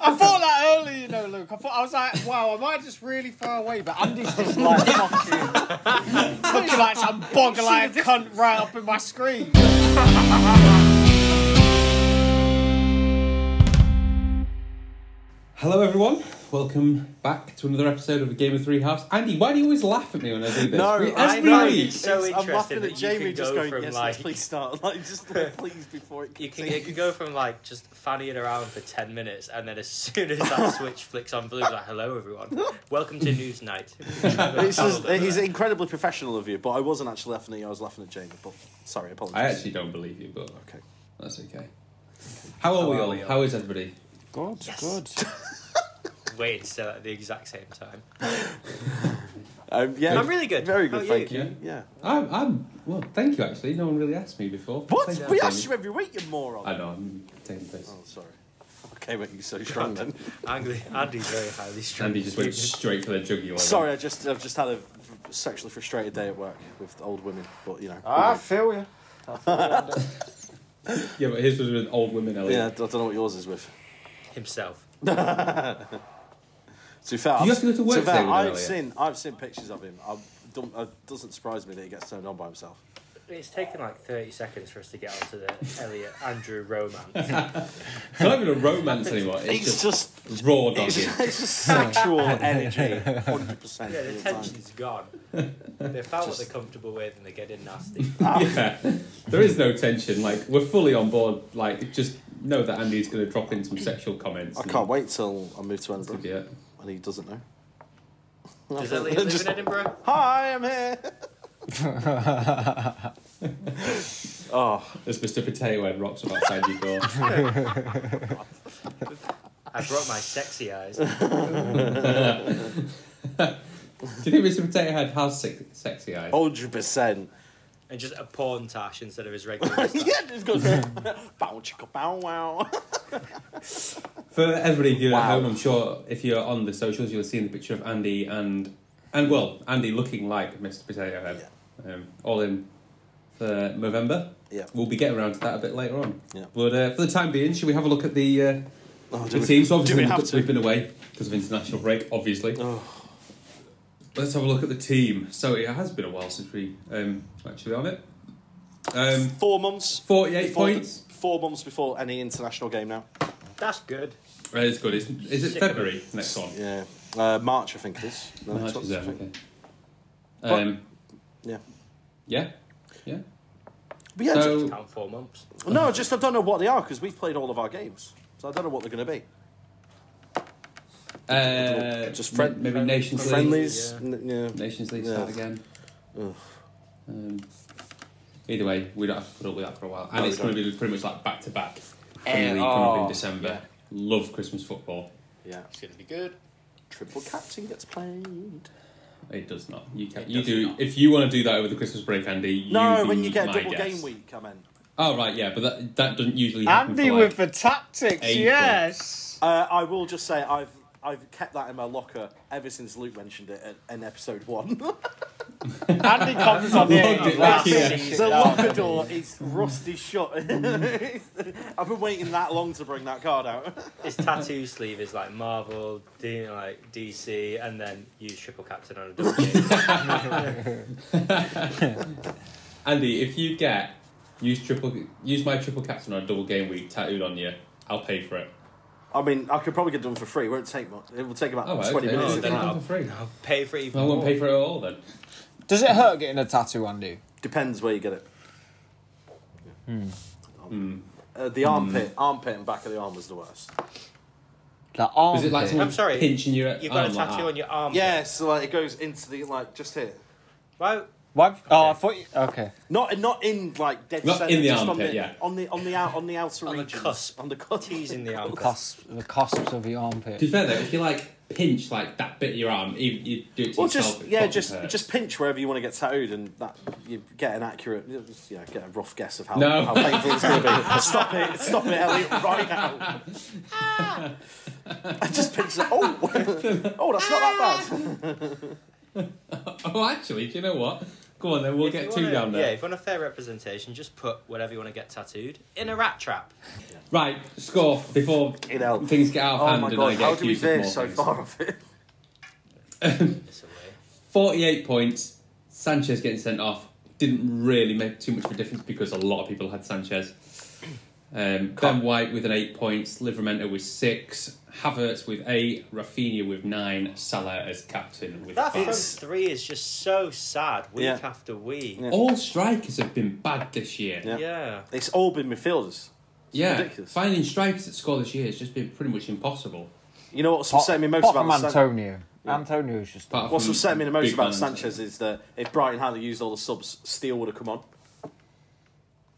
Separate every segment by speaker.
Speaker 1: I thought that earlier, you know, Luke. I thought I was like, wow, am I just really far away? But Andy's just like fucking, looking like some bog-eyed cunt right up in my screen.
Speaker 2: Hello, everyone. Welcome back to another episode of Game of Three Halves. Andy, why do you always laugh at me when I do this? We-
Speaker 3: I
Speaker 2: every
Speaker 3: know
Speaker 2: week.
Speaker 3: it's so
Speaker 4: I'm laughing
Speaker 3: interesting
Speaker 4: at
Speaker 3: that you
Speaker 4: Jamie
Speaker 3: can
Speaker 4: just
Speaker 3: go
Speaker 4: going,
Speaker 3: from
Speaker 4: yes,
Speaker 3: like
Speaker 4: let's please start. Like, just like, please before it
Speaker 3: you can
Speaker 4: continues.
Speaker 3: it can go from like just fanning around for ten minutes, and then as soon as that switch flicks on blue, it's like hello everyone, welcome to news night.
Speaker 4: It's just, he's incredibly professional of you, but I wasn't actually laughing at you. I was laughing at Jamie. But sorry, apologies.
Speaker 2: I actually don't believe you, but
Speaker 4: Okay.
Speaker 2: that's okay. How are we
Speaker 3: are
Speaker 2: all?
Speaker 3: we all?
Speaker 2: How is everybody?
Speaker 1: Good,
Speaker 3: Yes.
Speaker 1: good.
Speaker 3: Wait, so at the exact same time.
Speaker 4: Um, yeah,
Speaker 3: I'm really good.
Speaker 4: Very
Speaker 3: How
Speaker 4: good,
Speaker 3: are
Speaker 4: thank you.
Speaker 2: you?
Speaker 4: Yeah.
Speaker 2: I'm, I'm. Well, thank you. Actually, no one really asked me before.
Speaker 4: What?
Speaker 2: Thank
Speaker 4: we
Speaker 2: Jamie.
Speaker 4: ask you every week, you moron.
Speaker 2: I know. I'm taking the piss.
Speaker 4: Oh, sorry. Okay, wait, you're so strong then.
Speaker 3: Andy, Andy's very highly strung.
Speaker 2: Andy just went straight for the jugular. then.
Speaker 4: Sorry, I just I've just had a sexually frustrated day at work with old women, but you know.
Speaker 1: I feel you.
Speaker 2: Yeah, but his was with old women. Ellie.
Speaker 4: yeah, I don't know what yours is with.
Speaker 3: himself.
Speaker 4: To be fair, I've-
Speaker 2: You have to go to work
Speaker 4: be fair,
Speaker 2: today with
Speaker 4: I've
Speaker 2: Elliot.
Speaker 4: seen I've seen pictures of him. I don't, it doesn't surprise me that he gets turned on by himself.
Speaker 3: It's taken like thirty seconds for us to get onto the Elliot Andrew romance.
Speaker 2: It's not even a romance anymore. It's,
Speaker 4: It's,
Speaker 2: just,
Speaker 4: just
Speaker 2: raw
Speaker 4: it's,
Speaker 2: dogging.
Speaker 4: it's just sexual energy, hundred percent.
Speaker 3: yeah, the tension's gone. They found what they're comfortable with, and they're getting nasty.
Speaker 2: yeah. There is no tension. Like we're fully on board. Like just know that Andy's going to drop in some sexual comments.
Speaker 4: I
Speaker 2: and-
Speaker 4: can't wait till I move to Edinburgh
Speaker 2: Yeah.
Speaker 4: and he doesn't know.
Speaker 3: Does Elliot live
Speaker 4: Just-
Speaker 3: in Edinburgh?
Speaker 4: Hi, I'm here. oh,
Speaker 2: There's Mr. Potato Head rocks up outside your door.
Speaker 3: I brought my sexy eyes.
Speaker 2: Do you think Mr. Potato Head has se- sexy eyes?
Speaker 4: hundred percent.
Speaker 3: and just a porn tash instead of his regular
Speaker 4: Yeah,
Speaker 3: stuff.
Speaker 4: just goes bow chicka bow wow.
Speaker 2: For everybody of you at
Speaker 4: Wow.
Speaker 2: home, I'm sure if you're on the socials, you'll have seen the picture of Andy and and well, Andy looking like Mr. Potato Head. Um, all in for November.
Speaker 4: Yeah.
Speaker 2: We'll be getting around to that a bit later on.
Speaker 4: Yeah.
Speaker 2: But uh, for the time being, should we have a look at the uh,
Speaker 4: Oh,
Speaker 2: the
Speaker 4: do we-
Speaker 2: teams?
Speaker 4: do
Speaker 2: Obviously,
Speaker 4: we
Speaker 2: we
Speaker 4: have to?
Speaker 2: have been away because of international break. Obviously.
Speaker 4: Oh.
Speaker 2: Let's have a look at the team. So it has been a while since we um, actually on it. Um,
Speaker 4: Four months.
Speaker 2: 48
Speaker 4: Four-
Speaker 2: points.
Speaker 4: Four months before any international game now.
Speaker 3: That's good.
Speaker 2: Uh, it's good. Is, is it
Speaker 3: Sick of
Speaker 2: February next one?
Speaker 4: Yeah, uh, March I think it is. The
Speaker 2: March
Speaker 4: next
Speaker 2: is
Speaker 4: one's, I
Speaker 2: there,
Speaker 4: think.
Speaker 2: okay.
Speaker 4: But-
Speaker 2: Um,
Speaker 4: Yeah.
Speaker 2: yeah, yeah.
Speaker 4: But yeah,
Speaker 2: So-
Speaker 3: Down four months.
Speaker 4: ju- no, just I don't know what they are because we've played all of our games, so I don't know what they're going to be.
Speaker 2: Uh,
Speaker 4: Just friend-
Speaker 2: m- maybe Nations League.
Speaker 4: Friendlies,
Speaker 3: yeah.
Speaker 4: n- yeah.
Speaker 2: Nations League
Speaker 4: Yeah.
Speaker 2: start again. Um, either way, we don't have to put up with that for a while, and
Speaker 4: No,
Speaker 2: it's
Speaker 4: we
Speaker 2: going to be pretty much like back to back.
Speaker 4: Eh,
Speaker 2: Premier League coming up
Speaker 4: oh,
Speaker 2: in December. Love Christmas football.
Speaker 4: yeah.
Speaker 3: It's going to be good.
Speaker 4: Triple captain gets played.
Speaker 2: It does not. You can,
Speaker 3: It
Speaker 2: you
Speaker 3: does
Speaker 2: do
Speaker 3: not.
Speaker 2: if you want to do that over the Christmas break, Andy. You
Speaker 4: No,
Speaker 2: be
Speaker 4: when you get a
Speaker 2: my
Speaker 4: double
Speaker 2: guest.
Speaker 4: game week, I mean.
Speaker 2: Oh right, yeah, but that that doesn't usually happen.
Speaker 1: Andy
Speaker 2: for, like,
Speaker 1: with the tactics,
Speaker 2: April.
Speaker 1: yes.
Speaker 4: Uh, I will just say I've I've kept that in my locker ever since Luke mentioned it at, in episode one.
Speaker 1: Andy comes on here.
Speaker 3: Oh,
Speaker 2: Logged it
Speaker 1: he's
Speaker 2: back
Speaker 1: like,
Speaker 2: here.
Speaker 1: "This is
Speaker 4: the
Speaker 1: shit."
Speaker 4: locker door is rusty shut. I've been waiting that long to bring that card out.
Speaker 3: His tattoo sleeve is like Marvel, D, like DC, and then use triple captain on a double game.
Speaker 2: Andy, if you get use triple use my triple captain on a double game week tattooed on you, I'll pay for it.
Speaker 4: I mean, I could probably get done for free. It won't take much. It will take about
Speaker 2: Oh, right,
Speaker 4: twenty
Speaker 2: okay.
Speaker 4: minutes.
Speaker 2: Oh,
Speaker 4: if
Speaker 2: then
Speaker 4: that.
Speaker 2: come for free.
Speaker 3: Pay for it even
Speaker 2: I won't
Speaker 3: more.
Speaker 2: pay for it at all then.
Speaker 5: Does it hurt getting a tattoo, Andy?
Speaker 4: Depends where you get it. Um, Uh, the armpit, armpit, and back of the arm was the worst.
Speaker 5: Like arm
Speaker 2: Is it like
Speaker 5: pit?
Speaker 3: someone- I'm sorry,
Speaker 2: pinching you?
Speaker 3: You've got a tattoo on your arm.
Speaker 4: Yeah, so like it goes into the like just here,
Speaker 3: Well,
Speaker 5: Why- Oh, I thought you. Okay.
Speaker 4: not not in like dead
Speaker 2: Not
Speaker 4: centre,
Speaker 2: in the
Speaker 4: just on
Speaker 2: armpit,
Speaker 4: the
Speaker 2: yeah.
Speaker 4: on the on the out on the outer
Speaker 3: On the
Speaker 4: regions,
Speaker 3: cusp.
Speaker 4: on the cusp.
Speaker 3: teasing the arm.
Speaker 5: Cusp, the cusps of your
Speaker 2: To
Speaker 5: armpit.
Speaker 2: be fair though, if you like pinch like that bit of your arm, you, you do it to
Speaker 4: Well,
Speaker 2: yourself.
Speaker 4: just
Speaker 2: it
Speaker 4: yeah,
Speaker 2: fucking
Speaker 4: just
Speaker 2: hurts.
Speaker 4: just pinch wherever you want to get tattooed, and that you get an accurate, you know, get a rough guess of how,
Speaker 2: No.
Speaker 4: how painful it's going to be. Stop it! Stop it, Elliot! Right now! I just pinched it. Oh, oh, that's not that bad.
Speaker 2: Oh, actually, do you know what? Go on then, we'll
Speaker 3: If you
Speaker 2: get two
Speaker 3: wanna-
Speaker 2: down
Speaker 3: Yeah,
Speaker 2: there.
Speaker 3: if you want a fair representation, just put whatever you want to get tattooed in a rat trap.
Speaker 2: Right, score before
Speaker 4: You know.
Speaker 2: things get out of
Speaker 4: Oh
Speaker 2: hand
Speaker 4: my
Speaker 2: and I
Speaker 4: god,
Speaker 2: get
Speaker 4: how do we
Speaker 2: accused
Speaker 4: veer
Speaker 2: of more
Speaker 4: so
Speaker 2: things.
Speaker 4: far off it?
Speaker 3: It's a way.
Speaker 2: 48 points. Sanchez getting sent off didn't really make too much of a difference because a lot of people had Sanchez. Um, ben White with an eight points, Livermento with six, Havertz with eight, Rafinha with nine, Salah as captain with
Speaker 3: That front
Speaker 2: five.
Speaker 4: It's-
Speaker 3: three is just so sad week
Speaker 4: Yeah.
Speaker 3: after week.
Speaker 4: Yeah.
Speaker 2: All strikers have been bad this year.
Speaker 4: Yeah.
Speaker 2: Yeah,
Speaker 3: yeah.
Speaker 4: It's all been midfielders. ridiculous.
Speaker 2: finding strikers that score this year has just been pretty much impossible.
Speaker 4: You know what's
Speaker 5: Apart-
Speaker 4: upsetting me most
Speaker 5: apart from
Speaker 4: about San-
Speaker 5: Antonio. Antonio's just.
Speaker 2: Apart
Speaker 4: What's
Speaker 2: from
Speaker 4: upsetting me the most
Speaker 2: big
Speaker 4: about
Speaker 2: man.
Speaker 4: Sanchez is that if Brighton hadn't used all the subs, Steele would have come on.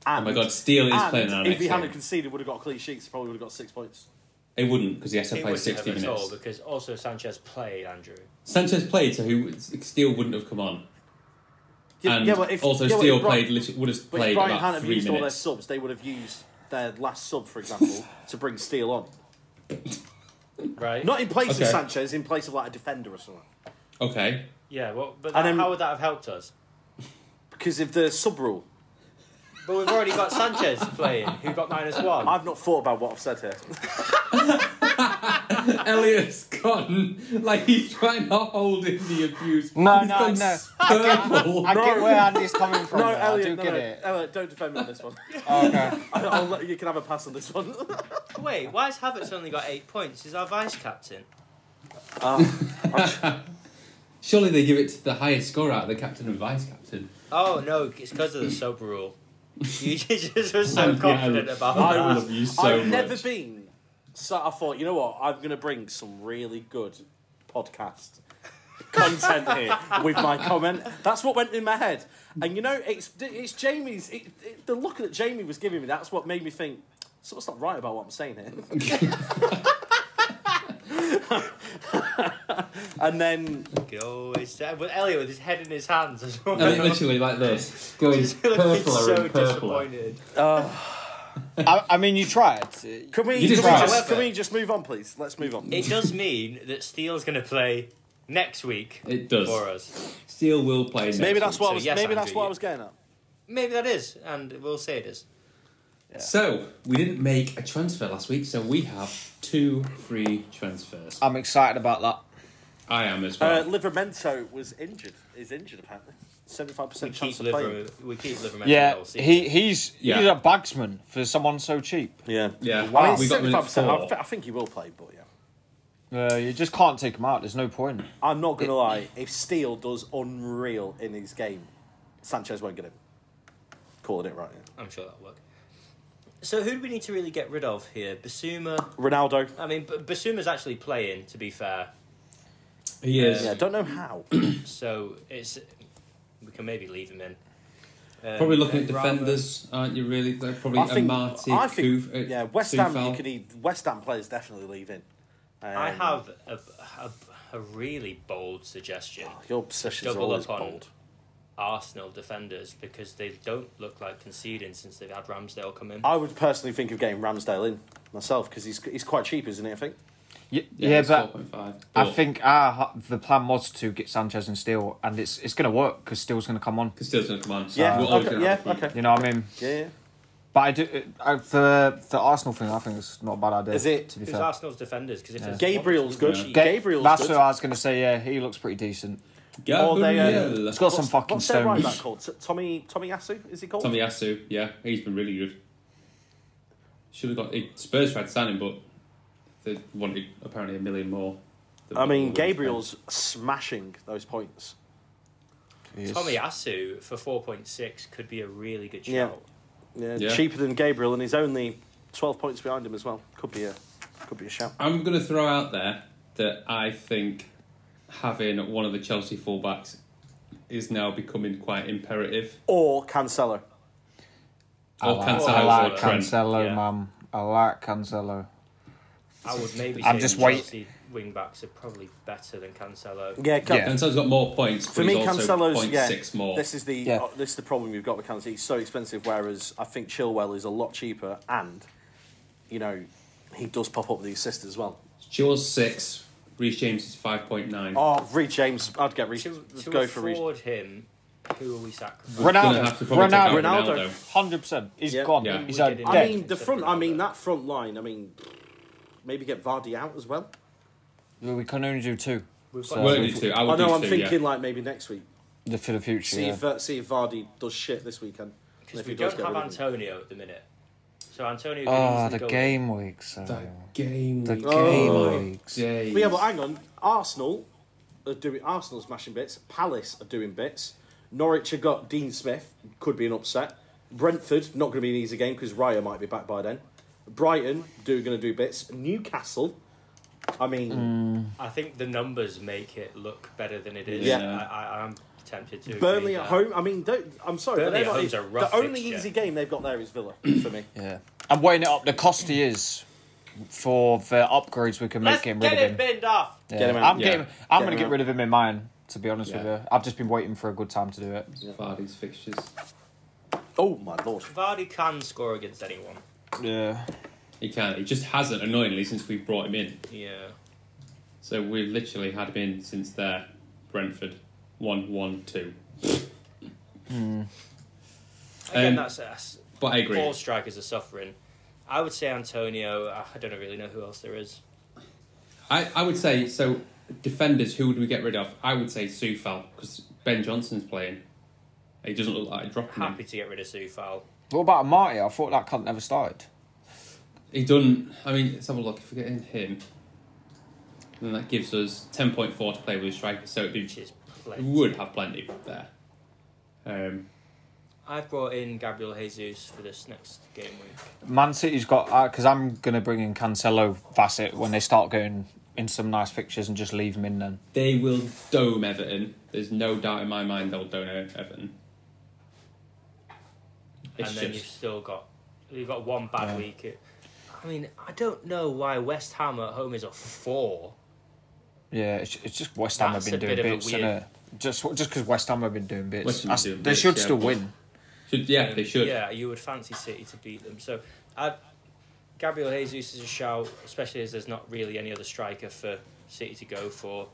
Speaker 4: And,
Speaker 2: Oh my god, Steele is playing in our
Speaker 4: and if
Speaker 2: next
Speaker 4: he hadn't
Speaker 2: game.
Speaker 4: conceded, would have got a clean sheet. So probably would have got six points.
Speaker 2: He wouldn't because he has to
Speaker 3: It
Speaker 2: play
Speaker 3: wouldn't have
Speaker 2: 60
Speaker 3: at all
Speaker 2: minutes.
Speaker 3: because also Sanchez played Andrew.
Speaker 2: Sanchez played, so who Steele wouldn't have come on.
Speaker 4: Yeah,
Speaker 2: and
Speaker 4: yeah, but if,
Speaker 2: also
Speaker 4: yeah, but if
Speaker 2: Steele
Speaker 4: Bri-
Speaker 2: played lit- would have
Speaker 4: But
Speaker 2: played
Speaker 4: if Brighton hadn't
Speaker 2: about
Speaker 4: have
Speaker 2: three
Speaker 4: used all their
Speaker 2: minutes.
Speaker 4: subs, they would have used their last sub, for example, to bring Steele on.
Speaker 3: Right?
Speaker 4: Not in place of
Speaker 2: Okay.
Speaker 4: Sanchez, in place of like a defender or something.
Speaker 2: Okay,
Speaker 3: yeah, well, but
Speaker 4: And
Speaker 3: that-
Speaker 4: then-
Speaker 3: how would that have helped us?
Speaker 4: Because of the sub rule.
Speaker 3: But we've already got Sanchez playing, who got minus one.
Speaker 4: I've not thought about what I've said here.
Speaker 2: Elliot's gone. Like he's trying to hold in the abuse.
Speaker 5: No,
Speaker 2: He's
Speaker 5: no,
Speaker 2: gone
Speaker 5: no.
Speaker 2: Purple.
Speaker 5: I get where Andy's coming from. though. I do
Speaker 4: no,
Speaker 5: get
Speaker 4: no,
Speaker 5: it.
Speaker 4: Elliot, don't defend me on this one.
Speaker 5: Oh, okay.
Speaker 4: I- I'll let- you can have a pass on this one.
Speaker 3: Wait, why has Havertz only got eight points? He's our vice captain.
Speaker 2: Surely they give it to the highest scorer out of the captain and vice captain.
Speaker 3: Oh no, it's because of the sub rule. You just were so
Speaker 2: Yeah,
Speaker 3: confident
Speaker 2: I-
Speaker 3: about
Speaker 2: I
Speaker 3: that.
Speaker 2: love you so
Speaker 4: I've
Speaker 2: much.
Speaker 4: never been. So I thought, you know what? I'm going to bring some really good podcast content here with my comment. That's what went in my head. And you know, it's it's Jamie's. It, it, the look that Jamie was giving me, that's what made me think. Something's not right about what I'm saying here. and then
Speaker 3: Go, it's that- with Elliot with his head in his hands as well.
Speaker 2: Elliot literally like this, going
Speaker 3: Just looking
Speaker 2: purpler
Speaker 3: so
Speaker 2: and purpler.
Speaker 3: disappointed.
Speaker 5: I, I mean, you tried.
Speaker 4: can we,
Speaker 2: You
Speaker 4: can, we
Speaker 2: just tried.
Speaker 4: just, can we just move on, please? Let's move on.
Speaker 3: It does mean that Steele's going to play next week
Speaker 2: It does.
Speaker 3: for us.
Speaker 2: Steele will play. Next
Speaker 4: Maybe that's
Speaker 2: week.
Speaker 4: what
Speaker 3: so
Speaker 4: I was.
Speaker 3: yes,
Speaker 4: maybe that's
Speaker 3: Andrew,
Speaker 4: what
Speaker 3: you-
Speaker 4: I was getting at.
Speaker 3: Maybe that is, and we'll say it is.
Speaker 2: So we didn't make a transfer last week, so we have two free transfers.
Speaker 5: I'm excited about that.
Speaker 2: I am as
Speaker 4: Uh,
Speaker 2: well.
Speaker 4: Livermento was injured. Is injured apparently. Seventy-five
Speaker 3: We
Speaker 4: percent
Speaker 3: keep,
Speaker 4: chance of playing.
Speaker 3: liver, we keep Livermore
Speaker 5: Yeah,
Speaker 3: all season.
Speaker 5: he, he's
Speaker 2: Yeah.
Speaker 5: he's a bagsman for someone so cheap.
Speaker 4: Yeah,
Speaker 2: yeah,
Speaker 5: Wow.
Speaker 2: we got them in at
Speaker 4: I,
Speaker 2: four.
Speaker 4: thi- I think he will play, but yeah,
Speaker 5: Uh, you just can't take him out. There's no point.
Speaker 4: I'm not gonna lie. If Steele does unreal in his game, Sanchez won't get him. Calling it right. Yeah.
Speaker 3: I'm sure that'll work. So who do we need to really get rid of here? Basuma.
Speaker 4: Ronaldo.
Speaker 3: I mean, B- Basuma's actually playing. To be fair,
Speaker 2: He is
Speaker 4: Yeah, don't know how.
Speaker 3: so it's we can maybe leave him in. Um,
Speaker 2: probably looking at
Speaker 3: uh, Rama-
Speaker 2: defenders, aren't you? Really, They're probably
Speaker 4: I think.
Speaker 2: Amati,
Speaker 4: I think.
Speaker 2: Kuf- uh,
Speaker 4: yeah, West Ham. You
Speaker 2: Kufal.
Speaker 4: can need West Ham players definitely leaving. Um,
Speaker 3: I have a, a, a really bold suggestion.
Speaker 4: your obsession's
Speaker 3: Double
Speaker 4: always
Speaker 3: up on
Speaker 4: bold.
Speaker 3: Arsenal defenders because they don't look like conceding since they've had Ramsdale come in.
Speaker 4: I would personally think of getting Ramsdale in myself because he's he's quite cheap, isn't he? I think.
Speaker 5: Y-
Speaker 2: Yeah,
Speaker 5: yeah,
Speaker 2: it's
Speaker 5: but
Speaker 2: 4.5.
Speaker 5: I
Speaker 2: But
Speaker 5: think our, ha- the plan was to get Sanchez and Steele, and it's it's going to work because Steele's going to come on.
Speaker 2: Castile's going to come on. So
Speaker 4: Yeah,
Speaker 2: we're always
Speaker 4: okay,
Speaker 2: gonna have
Speaker 4: yeah,
Speaker 2: a few.
Speaker 4: okay.
Speaker 5: You know what I mean?
Speaker 4: Yeah. yeah.
Speaker 5: But I do uh, it- I, the the Arsenal thing. I think it's not a bad idea.
Speaker 4: Is it-
Speaker 5: to be
Speaker 3: Who's
Speaker 5: fair?
Speaker 3: Arsenal's defenders? Because if there's
Speaker 4: Gabriel's good.
Speaker 2: Yeah.
Speaker 5: Ga-
Speaker 4: Gabriel's
Speaker 5: That's
Speaker 4: good.
Speaker 5: what I was going to say. Yeah, he looks pretty decent.
Speaker 4: Or they, uh,
Speaker 2: Gabriel.
Speaker 5: He's got some
Speaker 4: What's-
Speaker 5: fucking
Speaker 4: what's their right
Speaker 5: stones.
Speaker 4: back called? T- Tommy Tommy Asu is he called?
Speaker 2: Tommy Asu, yeah, he's been really good. Should have got he- Spurs tried to sign him, but they wanted apparently a million more. than
Speaker 4: I
Speaker 2: what they
Speaker 4: mean
Speaker 2: were
Speaker 4: Gabriel's smashing those points.
Speaker 5: He is.
Speaker 3: Tommy Asu for four point six could be a really good shout.
Speaker 4: Yeah. Yeah,
Speaker 2: Yeah.
Speaker 4: cheaper than Gabriel, and he's only twelve points behind him as well. Could be a could be a shout.
Speaker 2: paying. I'm going to throw out there that I think having one of the Chelsea fullbacks is now becoming quite imperative.
Speaker 4: Or Cancelo.
Speaker 5: I
Speaker 2: Or
Speaker 5: like,
Speaker 2: Cancelo
Speaker 5: I like
Speaker 2: or Oh, Trent.
Speaker 5: Cancelo,
Speaker 3: Yeah.
Speaker 5: man. I like Cancelo.
Speaker 3: I would maybe.
Speaker 5: I'm
Speaker 3: say
Speaker 5: just
Speaker 3: the
Speaker 5: wait-
Speaker 3: Chelsea wing backs are probably better than Cancelo.
Speaker 4: Yeah, Can-
Speaker 5: Yeah.
Speaker 2: Cancelo's got more points, but
Speaker 4: For me,
Speaker 2: he's also
Speaker 4: Cancelo's yeah.
Speaker 2: 0.6 more.
Speaker 4: This is the
Speaker 5: Yeah.
Speaker 4: uh, this is the problem we've got with Cancelo. He's so expensive, whereas I think Chilwell is a lot cheaper, and you know he does pop up with the assist as well.
Speaker 2: Chilwell's six, Reece James is 5.9.
Speaker 4: Oh, Reed Oh, James, I'd get Reed.
Speaker 3: To, to
Speaker 4: go for Reed.
Speaker 3: afford him Who are we sacrificing?
Speaker 2: We're gonna
Speaker 5: Ronaldo.
Speaker 2: have to probably take out
Speaker 5: Ronaldo.
Speaker 2: Ronaldo.
Speaker 5: Hundred percent. He's
Speaker 4: Yeah.
Speaker 5: gone.
Speaker 2: Yeah.
Speaker 5: He's
Speaker 3: We
Speaker 5: uh,
Speaker 3: did it.
Speaker 5: dead.
Speaker 4: I
Speaker 3: Yeah.
Speaker 4: mean the front. I mean that front line. I mean, maybe get Vardy out as well.
Speaker 5: Well, we can only do two.
Speaker 3: We've
Speaker 5: So
Speaker 3: got-
Speaker 2: We're going to do two. I would
Speaker 4: I know.
Speaker 2: do
Speaker 4: I'm
Speaker 2: two,
Speaker 4: thinking
Speaker 2: yeah.
Speaker 4: like maybe next week.
Speaker 5: The- for the future.
Speaker 4: See
Speaker 5: yeah.
Speaker 4: if uh, see if Vardy does shit this weekend. And
Speaker 3: Because
Speaker 4: if
Speaker 3: we
Speaker 4: he does
Speaker 3: don't
Speaker 4: get
Speaker 3: have
Speaker 4: rid of him.
Speaker 3: Antonio at the minute. So Antonio could
Speaker 5: Ah,
Speaker 3: easily
Speaker 5: the
Speaker 3: go
Speaker 5: game week. So
Speaker 2: That game.
Speaker 5: the
Speaker 2: week.
Speaker 5: game
Speaker 4: Oh.
Speaker 5: weeks.
Speaker 2: Days.
Speaker 4: But yeah, but hang on. Arsenal are doing Arsenal smashing bits. Palace are doing bits. Norwich have got Dean Smith. Could be an upset. Brentford not going to be an easy game because Raya might be back by then. Brighton do going to do bits. Newcastle. I mean,
Speaker 3: I think the numbers make it look better than it is.
Speaker 4: Yeah.
Speaker 3: I, I, I'm tempted to. agree
Speaker 4: Burnley at
Speaker 3: there.
Speaker 4: home. I mean, don't, I'm sorry,
Speaker 3: Burnley
Speaker 4: but they're
Speaker 3: at
Speaker 4: not,
Speaker 3: home's a rough
Speaker 4: the only
Speaker 3: fixture.
Speaker 4: easy game they've got there is Villa for me.
Speaker 5: Yeah. I'm weighing it up. The cost he is for the upgrades we can
Speaker 3: Let's
Speaker 5: make getting
Speaker 3: get
Speaker 5: rid of
Speaker 3: it
Speaker 5: him.
Speaker 3: binned off.
Speaker 5: Yeah.
Speaker 4: Get him out.
Speaker 5: I'm
Speaker 2: Yeah.
Speaker 5: getting. I'm
Speaker 4: Get
Speaker 5: gonna
Speaker 4: him
Speaker 5: get
Speaker 4: out.
Speaker 5: rid of him in mine. To be honest
Speaker 2: Yeah.
Speaker 5: with you, I've just been waiting for a good time to do it.
Speaker 2: Vardy's fixtures.
Speaker 4: Oh my lord!
Speaker 3: Vardy can score against anyone.
Speaker 5: Yeah.
Speaker 2: He can't. He just hasn't, annoyingly, since we brought him in.
Speaker 3: Yeah.
Speaker 2: So we've literally had him in since there. Brentford. 1 1 2.
Speaker 3: Again,
Speaker 2: Um,
Speaker 3: that's, that's
Speaker 2: But I agree.
Speaker 3: all strikers are suffering. I would say Antonio. I don't really know who else there is.
Speaker 2: I, I would say so. Defenders, who would we get rid of? I would say Sufal because Ben Johnson's playing. He doesn't look like
Speaker 4: Hmm.
Speaker 2: dropping
Speaker 3: Happy
Speaker 2: him.
Speaker 3: to get rid of Sufal.
Speaker 5: What about Marty? I thought that cunt never started.
Speaker 2: He done. I mean, let's have a look. If we get in him, then that gives us ten point four to play with strikers. So it'd
Speaker 3: which
Speaker 2: be
Speaker 3: is
Speaker 2: we
Speaker 3: plenty.
Speaker 2: would have plenty there. Um,
Speaker 3: I've brought in Gabriel Jesus for this next game week.
Speaker 5: Man City's got because I'm gonna bring in Cancelo, Bassett when they start going in some nice fixtures and just leave him in then.
Speaker 2: they will dome Everton. There's no doubt in my mind they'll dome Everton. It's
Speaker 3: and then you've
Speaker 2: just
Speaker 3: still got you've got one bad week. It- I mean, I don't know why West Ham at home is a four.
Speaker 5: Yeah, it's, it's just West Ham
Speaker 3: That's
Speaker 5: have been
Speaker 3: a
Speaker 5: doing
Speaker 3: bit of a
Speaker 5: bits, isn't
Speaker 3: weird-
Speaker 5: it? Just just because West Ham have been doing bits,
Speaker 2: West Ham
Speaker 5: That's-
Speaker 2: doing
Speaker 5: they
Speaker 2: bits,
Speaker 5: should
Speaker 2: yeah.
Speaker 5: still win.
Speaker 2: should, yeah they should.
Speaker 3: Um, Yeah, you would fancy City to beat them. So, I, Gabriel Jesus is a shout, especially as there's not really any other striker for City to go for.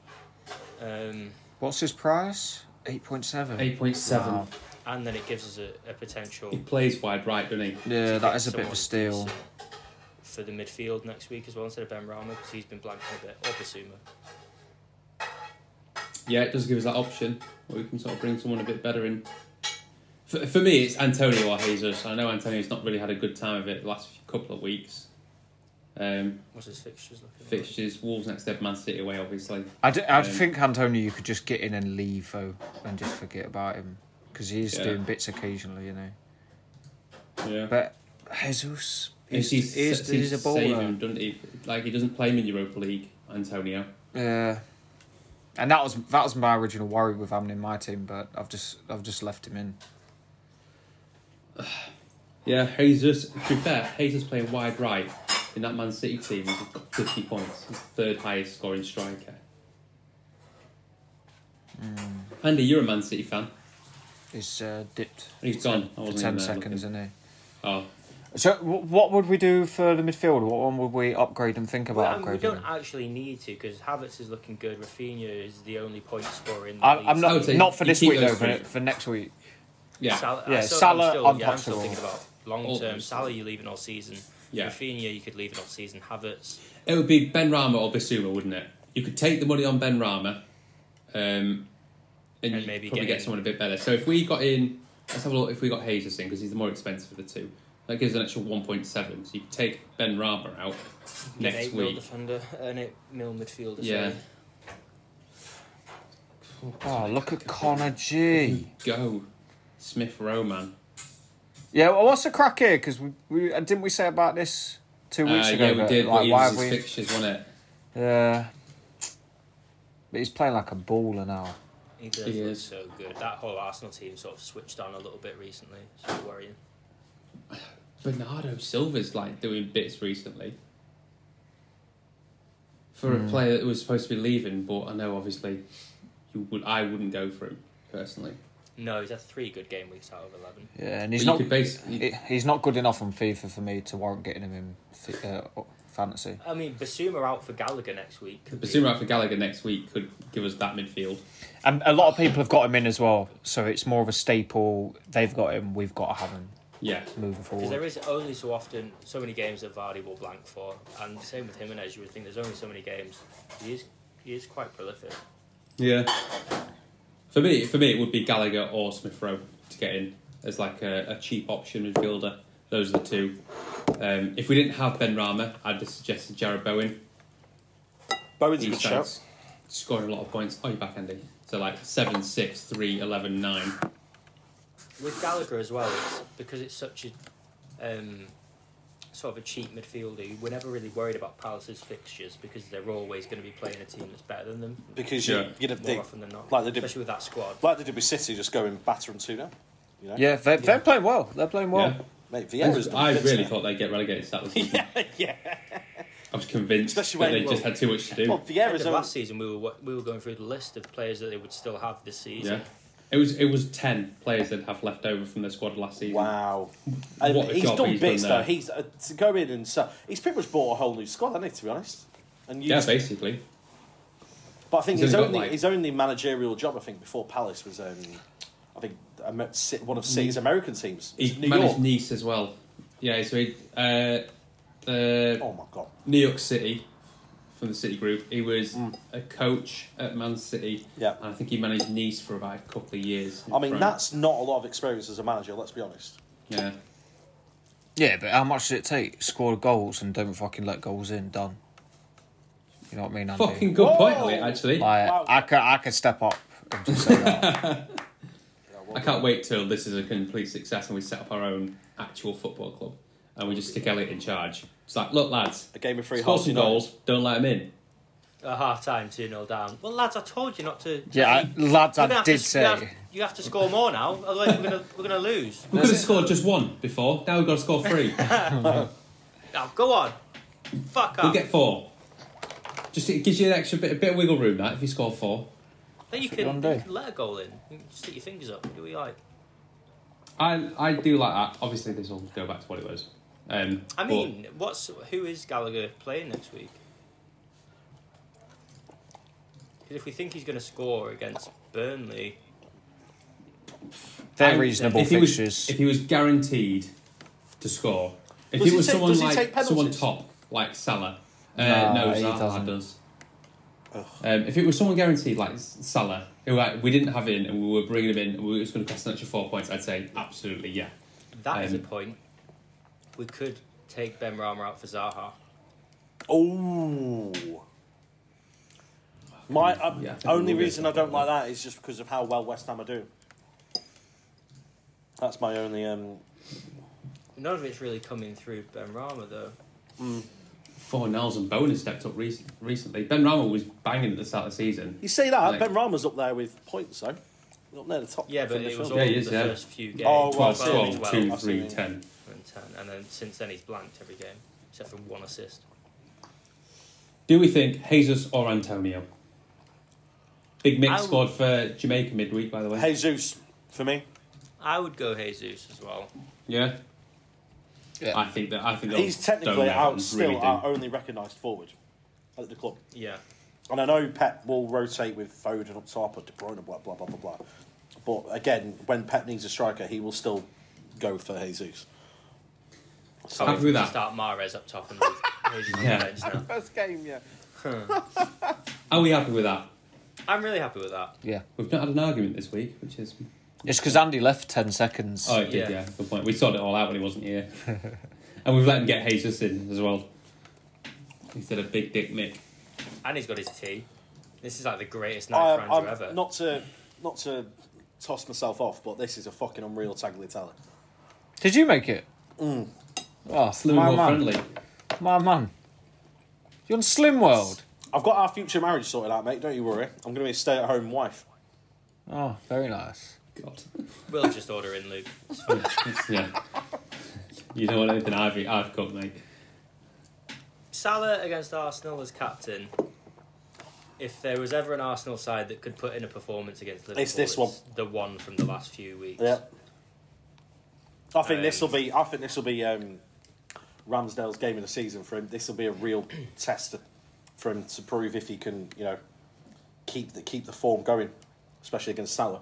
Speaker 3: Um,
Speaker 5: What's his price? Eight point seven.
Speaker 2: Eight point seven.
Speaker 5: Wow.
Speaker 3: and then it gives us a, a potential.
Speaker 2: He plays wide right, doesn't he?
Speaker 5: Yeah,
Speaker 3: to
Speaker 5: that
Speaker 3: get
Speaker 5: is a bit of
Speaker 3: someone
Speaker 5: a steal.
Speaker 3: decent For the midfield next week as well, instead of Ben Rama, because he's been blanking a bit, or Basuma.
Speaker 2: Yeah, it does give us that option where we can sort of bring someone a bit better in. For, for me, it's Antonio or Jesus. I know Antonio's not really had a good time of it the last few, couple of weeks. Um,
Speaker 3: What's his fixtures looking like?
Speaker 2: fixtures, Wolves next step, Man City away, obviously.
Speaker 5: I, d- I
Speaker 2: Um,
Speaker 5: think Antonio, you could just get in and leave though, and just forget about him because he is
Speaker 2: Yeah.
Speaker 5: doing bits occasionally, you know.
Speaker 2: Yeah.
Speaker 5: But Jesus,
Speaker 2: He
Speaker 5: he's,
Speaker 2: seems
Speaker 5: he's,
Speaker 2: to
Speaker 5: he's,
Speaker 2: se- seems
Speaker 5: a
Speaker 2: to save
Speaker 5: baller.
Speaker 2: him, doesn't he? Like, he doesn't play him in Europa League, Antonio.
Speaker 5: Yeah. And that was that was my original worry with having him in my team, but I've just I've just left him in.
Speaker 2: Yeah, Jesus, to be fair, Jesus playing wide right in that Man City team has got 50 points. He's the third highest scoring striker. Andy, you're a Man City fan.
Speaker 5: He's uh, dipped
Speaker 2: He's gone. I
Speaker 5: for ten
Speaker 2: wasn't even there
Speaker 5: seconds, isn't
Speaker 2: looking.
Speaker 5: he?
Speaker 2: Oh,
Speaker 5: So, w- what would we do for the midfield? What one would we upgrade and think
Speaker 3: Well,
Speaker 5: about
Speaker 3: I mean, Um, we
Speaker 5: upgrading?
Speaker 3: don't actually need to because Havertz is looking good. Rafinha is the only point scorer in the
Speaker 5: I,
Speaker 3: league.
Speaker 5: I'm
Speaker 2: I would
Speaker 5: not
Speaker 2: say
Speaker 5: not for
Speaker 2: you
Speaker 5: this
Speaker 2: keep
Speaker 5: week
Speaker 2: those
Speaker 5: though. For,
Speaker 2: three.
Speaker 5: for next week,
Speaker 2: Oh, yeah.
Speaker 3: Salah,
Speaker 5: Yeah,
Speaker 3: I still-
Speaker 5: Salah,
Speaker 3: I'm still, yeah, I'm still
Speaker 5: untouchable.
Speaker 3: thinking about long term.
Speaker 2: Almost.
Speaker 3: Salah, you're leaving all season.
Speaker 2: Yeah.
Speaker 3: Rafinha, you could leave it all season. Havertz,
Speaker 2: It would be Ben Rama or Basuma, wouldn't it? You could take the money on Ben Rama, um, and,
Speaker 3: And
Speaker 2: you
Speaker 3: maybe
Speaker 2: maybe probably
Speaker 3: get
Speaker 2: get,
Speaker 3: in-
Speaker 2: someone a bit better. So if we got in, let's have a look. If we got Hazes in because he's the more expensive of the two, that gives an extra one point seven. So you could take Ben Rama out next
Speaker 3: eight mil
Speaker 2: week.
Speaker 3: defender, an eight mil midfielder.
Speaker 2: Yeah,
Speaker 3: sorry.
Speaker 5: oh look at Connor G.
Speaker 2: go Smith Rowe, man.
Speaker 5: Yeah, well, what's the crack here? Because we, we uh, didn't we say about this two
Speaker 2: Uh,
Speaker 5: weeks ago?
Speaker 2: yeah, we
Speaker 5: that,
Speaker 2: did.
Speaker 5: Like,
Speaker 2: but he
Speaker 5: why
Speaker 2: was
Speaker 5: have
Speaker 2: his
Speaker 5: we?
Speaker 2: fixtures, wasn't it?
Speaker 5: Yeah, but he's playing like a baller now.
Speaker 3: He does
Speaker 2: He
Speaker 3: look
Speaker 2: is.
Speaker 3: so good. That whole Arsenal team sort of switched on a little bit recently. It's a bit worrying.
Speaker 2: Bernardo Silva's like doing bits recently. For
Speaker 3: Hmm.
Speaker 2: a player that was supposed to be leaving, but I know obviously you would I wouldn't go for him personally.
Speaker 3: No, he's had three good game weeks out of eleven.
Speaker 5: Yeah, and he's
Speaker 2: But you
Speaker 5: not
Speaker 2: could basically-
Speaker 5: he- he's not good enough on FIFA for me to warrant getting him in fi- uh, fantasy.
Speaker 3: I mean, Basuma out for Gallagher next week. could be-
Speaker 2: Basuma out for Gallagher next week could give us that midfield.
Speaker 5: And a lot of people have got him in as well, so it's more of a staple. They've got him, we've got to have him
Speaker 2: Yeah.
Speaker 5: moving
Speaker 3: Because there
Speaker 5: forward.
Speaker 3: is only so often so many games that Vardy will blank for, and same with Jimenez. You would think there's only so many games. He is he is quite prolific.
Speaker 2: Yeah. For me, for me, it would be Gallagher or Smith Rowe to get in as like a, a cheap option midfielder. Those are the two. Um, if we didn't have Ben Rama, I'd have suggested Jared Bowen.
Speaker 4: Bowen's a
Speaker 2: He
Speaker 4: good shout.
Speaker 2: starts scoring a lot of points. Oh, you're back ending. So like 7, 6, 3, 11, 9.
Speaker 3: With Gallagher as well, it's because it's such a um, sort of a cheap midfielder. We're never really worried about Palace's fixtures because they're always going to be playing a team that's better than them
Speaker 4: Because
Speaker 2: Yeah.
Speaker 4: you, you'd have
Speaker 3: more
Speaker 4: dig,
Speaker 3: often than not,
Speaker 4: like they did-
Speaker 3: especially with that squad.
Speaker 4: like they did with City, just go and batter them two now. You know?
Speaker 5: Yeah, they're, they're playing well. They're playing well.
Speaker 2: Yeah.
Speaker 4: Mate,
Speaker 2: I
Speaker 4: Vieira's done bits
Speaker 2: really
Speaker 4: now.
Speaker 2: thought they'd get relegated. That was
Speaker 4: yeah, yeah.
Speaker 2: I was convinced
Speaker 4: Especially
Speaker 2: that
Speaker 4: when-
Speaker 2: they just had too much to do.
Speaker 4: Well,
Speaker 3: End
Speaker 4: Vieira's
Speaker 3: of
Speaker 4: only,
Speaker 3: last season, we were wa- we were going through the list of players that they would still have this season.
Speaker 2: Yeah. It was it was ten players they'd have left over from their squad last season.
Speaker 4: Wow. I
Speaker 2: What
Speaker 4: mean,
Speaker 2: a
Speaker 4: he's
Speaker 2: job
Speaker 4: done
Speaker 2: he's
Speaker 4: bits
Speaker 2: done
Speaker 4: though.
Speaker 2: there.
Speaker 4: He's uh, to go in and so he's pretty much bought a whole new squad, hasn't he? To be honest. And
Speaker 2: Yeah,
Speaker 4: used-
Speaker 2: basically.
Speaker 4: but I think
Speaker 2: he's
Speaker 4: his
Speaker 2: only got,
Speaker 4: only
Speaker 2: like-
Speaker 4: his only managerial job, I think, before Palace was, um, I think, I met Ci- one of City's American teams,
Speaker 2: Mm. He
Speaker 4: New
Speaker 2: managed
Speaker 4: York.
Speaker 2: Nice as well. Yeah, so he uh, the
Speaker 4: Oh my god!
Speaker 2: New York City from the City Group. He was
Speaker 4: Mm.
Speaker 2: a coach at Man City.
Speaker 4: Yeah.
Speaker 2: and I think he managed Nice for about a couple of years. in
Speaker 4: I mean,
Speaker 2: France.
Speaker 4: that's not a lot of experience as a manager. Let's be honest.
Speaker 2: yeah.
Speaker 5: Yeah, but how much does it take? Score goals and don't fucking let goals in. Done. You know what I mean, Andy?
Speaker 2: Fucking good
Speaker 4: Whoa!
Speaker 2: point, Elliot. Actually,
Speaker 5: Like,
Speaker 4: Wow.
Speaker 5: I could, I could step up and just say that.
Speaker 2: I can't wait till this is a complete success and we set up our own actual football club and we just stick Elliot in charge. It's like, look, lads,
Speaker 4: A game of three
Speaker 2: score
Speaker 4: halves.
Speaker 2: some
Speaker 4: you know.
Speaker 2: goals. Don't let him in.
Speaker 3: At half time, two 0 down. Well, lads, I told you not to.
Speaker 5: Yeah, I, lads,
Speaker 3: You're gonna
Speaker 5: I
Speaker 3: have
Speaker 5: did
Speaker 3: to,
Speaker 5: say.
Speaker 3: You have, you have to score more now, otherwise we're gonna we're gonna lose.
Speaker 2: We could have scored just one before. Now we've got to score three.
Speaker 3: Now go on, fuck
Speaker 2: we'll
Speaker 3: up.
Speaker 2: get four. Just it gives you an extra bit, a bit of wiggle room. That if you score four,
Speaker 3: then you
Speaker 5: That's what
Speaker 3: can,
Speaker 5: you wanna
Speaker 3: you
Speaker 5: do.
Speaker 3: can let a goal in. You can stick your fingers up. Do we like?
Speaker 2: I I do like that. Obviously, this will go back to what it was. Um,
Speaker 3: I
Speaker 2: but-
Speaker 3: mean, what's who is Gallagher playing next week? 'Cause if we think he's gonna score against Burnley,
Speaker 5: They're
Speaker 2: I-
Speaker 5: reasonable
Speaker 2: if he was-
Speaker 5: fixtures.
Speaker 2: if he was guaranteed to score, if
Speaker 4: Does
Speaker 2: it
Speaker 4: he
Speaker 2: was
Speaker 4: take-
Speaker 2: someone
Speaker 4: does he
Speaker 2: like
Speaker 4: take
Speaker 2: someone
Speaker 4: penalties?
Speaker 2: top like Salah, uh,
Speaker 5: No,
Speaker 2: no,
Speaker 5: he
Speaker 2: Zaha
Speaker 5: doesn't.
Speaker 2: does.
Speaker 4: Ugh.
Speaker 2: Um, if it was someone guaranteed like Salah, who like, we didn't have in and we were bringing him in and we, it was going to cost an extra four points, I'd say absolutely yeah.
Speaker 3: that is
Speaker 2: Um,
Speaker 3: a point. We could take Ben Rama out for Zaha.
Speaker 4: Oh. My um,
Speaker 2: Yeah, I think
Speaker 4: only
Speaker 2: we'll get
Speaker 4: reason I
Speaker 2: something
Speaker 4: don't like that is just because of how well West Ham are doing. That's my only. Um,
Speaker 3: None of it's really coming through Ben Rama though.
Speaker 2: Four Nels and Bowen have stepped up rec- recently. Ben Rama was banging at the start of the season.
Speaker 4: you say that
Speaker 2: Like-
Speaker 4: Ben Rama's up there with points though. Up there, at the top.
Speaker 3: Yeah, but
Speaker 4: from the
Speaker 3: it was all
Speaker 4: field.
Speaker 2: Yeah, he is,
Speaker 3: the
Speaker 2: yeah.
Speaker 3: first few games.
Speaker 4: Oh,
Speaker 2: 12,
Speaker 4: well, I've seen it.
Speaker 2: 12, 2,
Speaker 4: I've seen
Speaker 2: 3,
Speaker 4: it.
Speaker 2: 10.
Speaker 3: and 10. And then since then, he's blanked every game, except for one assist.
Speaker 2: Do we think Jesus or Antonio? Big Mick
Speaker 3: I w-
Speaker 2: scored for Jamaica midweek, by the way.
Speaker 4: Jesus for me.
Speaker 3: I would go Jesus as well.
Speaker 2: Yeah.
Speaker 5: Yeah.
Speaker 2: I think that I think
Speaker 4: He's
Speaker 2: they'll
Speaker 4: technically
Speaker 2: donate
Speaker 4: our,
Speaker 2: and
Speaker 4: still
Speaker 2: really do.
Speaker 4: our only recognised forward at the club.
Speaker 3: Yeah.
Speaker 4: And I know Pep will rotate with Foden up top or De Bruyne, blah, blah, blah, blah, blah. But again, when Pep needs a striker, he will still go for Jesus.
Speaker 3: So
Speaker 2: Happy with that.
Speaker 3: Start Mares up top and leave Jesus on the
Speaker 2: Yeah.
Speaker 3: bench now.
Speaker 4: First game, yeah.
Speaker 2: Are we happy with that?
Speaker 3: I'm really happy with that.
Speaker 5: yeah.
Speaker 2: We've not had an argument this week, which is
Speaker 5: It's because Andy left 10 seconds.
Speaker 2: oh, it did,
Speaker 3: Yeah.
Speaker 2: yeah. Good point. We sorted it all out when he wasn't here, and we've let him get Jesus in as well instead of Big Dick Mick.
Speaker 3: And he's got his tea. This is like the greatest knife
Speaker 4: I,
Speaker 3: rounder ever.
Speaker 4: I'm not to not to toss myself off, but this is a fucking unreal Tagliatelle.
Speaker 5: Did you make it? Oh,
Speaker 2: Mm. Slim
Speaker 5: my
Speaker 2: more
Speaker 5: man.
Speaker 2: friendly.
Speaker 5: My man. You're on Slim World.
Speaker 4: I've got our future marriage sorted out, mate. Don't you worry. I'm going to be a stay-at-home wife.
Speaker 5: Oh, very nice.
Speaker 2: God,
Speaker 3: We'll just order in Luke.
Speaker 2: yeah. You don't want anything I've I've got, mate.
Speaker 3: Salah against Arsenal as captain. If there was ever an Arsenal side that could put in a performance against Liverpool,
Speaker 4: It's this one.
Speaker 3: The one from the last few weeks.
Speaker 4: Yeah. I think
Speaker 3: Um,
Speaker 4: this will be. I think this will be um, Ramsdale's game of the season for him. This will be a real test for him to prove if he can, you know, keep the keep the form going, especially against Salah.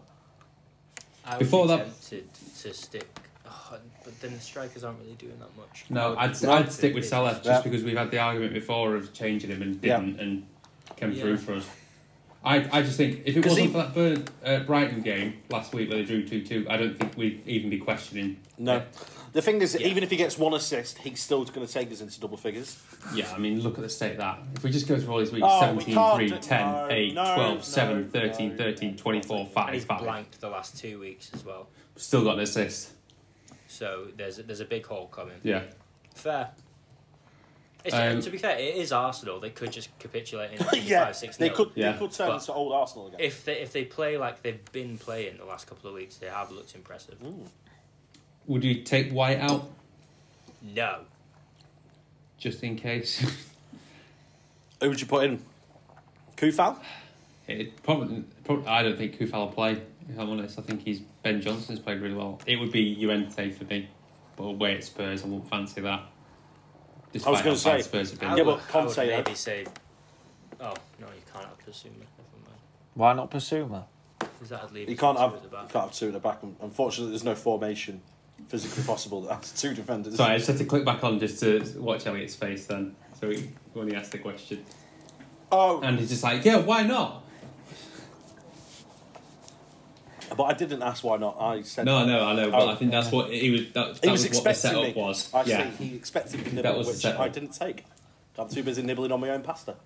Speaker 3: I would
Speaker 2: Before
Speaker 3: be
Speaker 2: that-
Speaker 3: tempted to stick, oh, but then the strikers aren't really doing that much.
Speaker 2: No, I'd,
Speaker 4: No.
Speaker 2: I'd stick with Salah just
Speaker 4: Yeah.
Speaker 2: because we've had the argument before of changing him and
Speaker 4: Yeah.
Speaker 2: didn't and came
Speaker 3: Yeah.
Speaker 2: through for us. I, I just think if it
Speaker 4: 'Cause
Speaker 2: wasn't
Speaker 4: he-
Speaker 2: for that Burn, uh, Brighton game last week where they drew 2 2, I don't think we'd even be questioning.
Speaker 4: No, the thing is,
Speaker 2: Yeah.
Speaker 4: even if he gets one assist, he's still going to take us into double figures.
Speaker 2: Yeah, I mean, look at the state of that. If we just go through all these weeks
Speaker 4: Oh, we
Speaker 2: 17,
Speaker 4: can't
Speaker 2: 3,
Speaker 4: do-
Speaker 2: 10,
Speaker 4: no,
Speaker 2: 8,
Speaker 4: no,
Speaker 2: 12,
Speaker 4: no,
Speaker 2: 7,
Speaker 4: no,
Speaker 2: 13,
Speaker 4: no.
Speaker 2: 13, 24, 5,
Speaker 3: And he's
Speaker 2: 5.
Speaker 3: blanked the last two weeks as well.
Speaker 2: Still got an assist.
Speaker 3: So there's a, there's a big haul coming.
Speaker 2: Yeah.
Speaker 3: Fair. It's,
Speaker 2: Um,
Speaker 3: to be fair, it is Arsenal. They could just capitulate in
Speaker 4: yeah,
Speaker 3: 5-6
Speaker 4: they
Speaker 3: nil.
Speaker 4: could
Speaker 2: Yeah.
Speaker 4: they could turn
Speaker 3: But-
Speaker 4: into old Arsenal again.
Speaker 3: If they if they play like they've been playing the last couple of weeks, they have looked impressive.
Speaker 2: Would you take White out
Speaker 3: No,
Speaker 2: just in case?
Speaker 4: Who would you put in? Kufal?
Speaker 2: It probably, probably, I don't think Kufal will play. If I'm honest, I think he's Ben Johnson's played really well. It would be Uente for me, but away at Spurs, I won't fancy that. Despite
Speaker 4: gonna
Speaker 2: how bad
Speaker 4: say-
Speaker 2: Spurs have
Speaker 3: I
Speaker 2: been.
Speaker 4: Yeah,
Speaker 3: would-
Speaker 4: but
Speaker 3: I would
Speaker 4: Conte, though.
Speaker 3: maybe say. Oh no, you can't have Kasuma. Never mind.
Speaker 5: Why not Basuma?
Speaker 3: Because that'd leave
Speaker 4: You can't
Speaker 3: Kasuma
Speaker 4: have
Speaker 3: at the
Speaker 4: you
Speaker 3: back.
Speaker 4: can't have two at the back. Unfortunately, there's no formation physically possible that has two defenders.
Speaker 2: Sorry, I just had to click back on just to watch Elliot's face then. So he, when he asked the question,
Speaker 4: Oh,
Speaker 2: and he's just like, "Yeah, why not?"
Speaker 4: but I didn't ask why not. I said
Speaker 2: No, no, I know, but
Speaker 4: Oh.
Speaker 2: I think that's what he was. That, that
Speaker 4: He
Speaker 2: was, what
Speaker 4: was,
Speaker 2: the
Speaker 4: expecting
Speaker 2: setup
Speaker 4: me.
Speaker 2: was.
Speaker 4: I
Speaker 2: yeah,
Speaker 4: see. He expected me to
Speaker 2: That
Speaker 4: nibble,
Speaker 2: was the
Speaker 4: which
Speaker 2: setup.
Speaker 4: I didn't take. I'm too busy nibbling on my own pasta.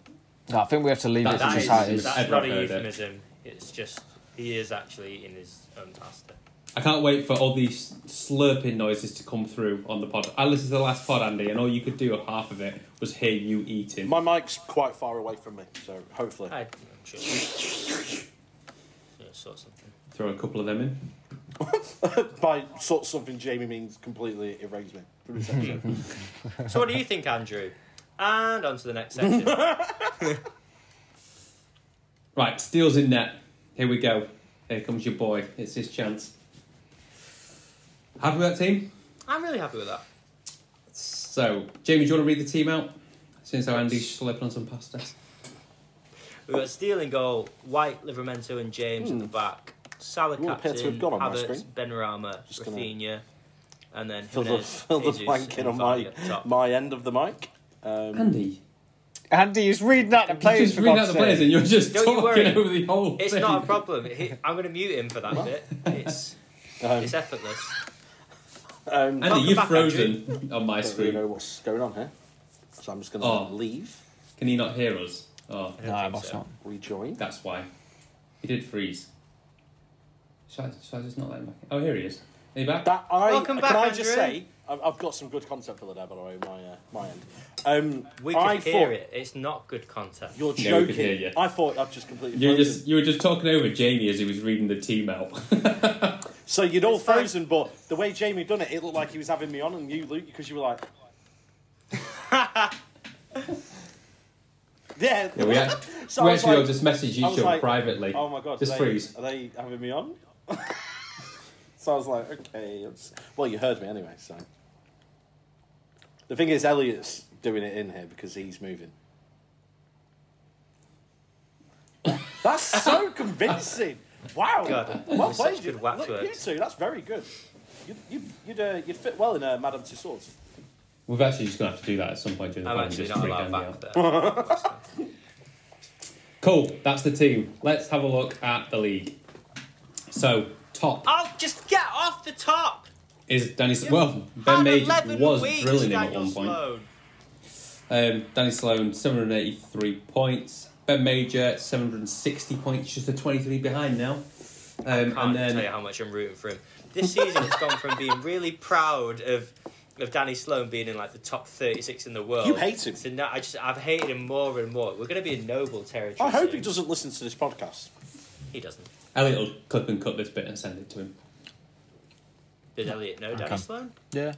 Speaker 5: No, I think we have to leave
Speaker 2: That-
Speaker 5: it
Speaker 2: that
Speaker 5: as just
Speaker 3: That is,
Speaker 5: how it
Speaker 2: is-
Speaker 5: is.
Speaker 2: that-
Speaker 3: that's not a
Speaker 2: Everyone heard it.
Speaker 3: euphemism. It's just he is actually in his own pasta.
Speaker 2: I can't wait for all these slurping noises to come through on the pod. I listened to the last pod, Andy, and all you could do half of it was hear you eating.
Speaker 4: My mic's quite far away from me, so hopefully.
Speaker 3: I, I'm sure. Yeah, sort something.
Speaker 2: Throw a couple of them in.
Speaker 4: By sort of something Jamie means completely erased me from his
Speaker 3: Hmm.
Speaker 4: section.
Speaker 3: So what do you think, Andrew? And on to the next section.
Speaker 2: Right, steals in net. Here we go. Here comes your boy. It's his chance. Happy with that team?
Speaker 3: I'm really happy with that.
Speaker 2: So, Jamie, do you want to read the team out? Since how Andy's slipping on some pasta.
Speaker 3: We've got Steele in goal, White, Livermento, and James at the back. Salah
Speaker 4: You all appear
Speaker 3: captain,
Speaker 4: Hmm. to have gone on my
Speaker 3: Havertz,
Speaker 4: screen.
Speaker 3: Benrahma,
Speaker 4: Just gonna
Speaker 3: Rafinha, and then
Speaker 4: Fill the,
Speaker 3: Jimenez,
Speaker 4: fill the
Speaker 3: Jesus,
Speaker 4: blank in
Speaker 3: and
Speaker 4: on
Speaker 3: Vardy
Speaker 4: my,
Speaker 3: at the top.
Speaker 4: my end of the mic. Um,
Speaker 2: Andy,
Speaker 5: Andy is reading out the
Speaker 2: you
Speaker 5: players.
Speaker 2: just
Speaker 5: for
Speaker 2: read out
Speaker 5: God's
Speaker 2: the
Speaker 5: sake.
Speaker 2: players and you're just
Speaker 3: Don't you
Speaker 2: talking
Speaker 3: worry.
Speaker 2: over the whole
Speaker 3: It's
Speaker 2: thing.
Speaker 3: not a problem. He- I'm going to mute him for that bit. It's
Speaker 4: um,
Speaker 3: it's effortless.
Speaker 4: um,
Speaker 2: Andy,
Speaker 3: Welcome
Speaker 2: you've
Speaker 3: back,
Speaker 2: frozen on my
Speaker 4: I don't really
Speaker 2: screen.
Speaker 4: know what's going on here, so I'm just going to
Speaker 2: Oh.
Speaker 4: leave,
Speaker 2: Can he not hear us? Oh,
Speaker 3: I don't
Speaker 5: No, I
Speaker 3: think
Speaker 5: must
Speaker 3: so.
Speaker 5: not.
Speaker 4: rejoin.
Speaker 2: that's why. He did freeze. Should I, should I just not let him back? in? Oh, here he is. Are you back?
Speaker 4: That I
Speaker 3: Welcome
Speaker 4: can
Speaker 3: back,
Speaker 4: I just
Speaker 3: Andrew.
Speaker 4: say I've, I've got some good content for the day, by the way. My uh, my end. Um,
Speaker 3: We
Speaker 4: I
Speaker 3: can hear
Speaker 4: thought,
Speaker 3: it. It's not good content.
Speaker 4: You're
Speaker 2: can
Speaker 4: joking.
Speaker 2: hear you.
Speaker 4: I thought I've just completely
Speaker 2: you, were
Speaker 4: frozen.
Speaker 2: just, you were just talking over Jamie as he was reading the team out.
Speaker 4: So you'd all
Speaker 3: It's fine.
Speaker 4: frozen, but the way Jamie done it, it looked like he was having me on, and you, Luke, because you were like. yeah.
Speaker 2: Yeah, we act-
Speaker 4: So
Speaker 2: we
Speaker 4: I was
Speaker 2: actually all
Speaker 4: like-
Speaker 2: just message each
Speaker 4: I was
Speaker 2: other
Speaker 4: like,
Speaker 2: privately.
Speaker 4: Oh my god!
Speaker 2: Just
Speaker 4: are they,
Speaker 2: freeze.
Speaker 4: Are they having me on? so I was like, okay. It's... Well, you heard me anyway. So the thing is, Elliot's doing it in here because he's moving. That's so convincing. Wow.
Speaker 3: God,
Speaker 4: Well
Speaker 3: you're such
Speaker 4: played, you.
Speaker 3: good wax
Speaker 4: Look, you
Speaker 3: works.
Speaker 4: two. That's very good. You, you, you'd, uh, you'd fit well in uh, Madame Tussauds.
Speaker 2: We've actually just going to have to do that at some point during the
Speaker 3: I'm
Speaker 2: pod and
Speaker 3: actually
Speaker 2: just
Speaker 3: not
Speaker 2: freak
Speaker 3: allowed
Speaker 2: Andy out.
Speaker 3: back there.
Speaker 2: Cool, that's the team. Let's have a look at the league. So, top
Speaker 3: Oh, just get off the top.
Speaker 2: is Danny. S- Well, Ben
Speaker 3: Had
Speaker 2: Major
Speaker 3: 11
Speaker 2: was
Speaker 3: weeks,
Speaker 2: drilling him at
Speaker 3: Daniel
Speaker 2: one point.
Speaker 3: Sloan.
Speaker 2: Um, Danny Sloan, 783 points. Ben Major, 760 points, just a 23 behind now. Um,
Speaker 3: Can't
Speaker 2: and then
Speaker 3: tell you how much I'm rooting for him. This season, it's gone from being really proud of of Danny Sloan being in like the top 36 in the world.
Speaker 4: You hate him.
Speaker 3: So now I just I've hated him more and more. We're going to be in noble territory.
Speaker 4: I hope
Speaker 3: soon.
Speaker 4: he doesn't listen to this podcast.
Speaker 3: He doesn't.
Speaker 2: Elliot will clip and cut this bit and send it to him.
Speaker 3: Did Elliot know Danny Sloan?
Speaker 5: Yeah.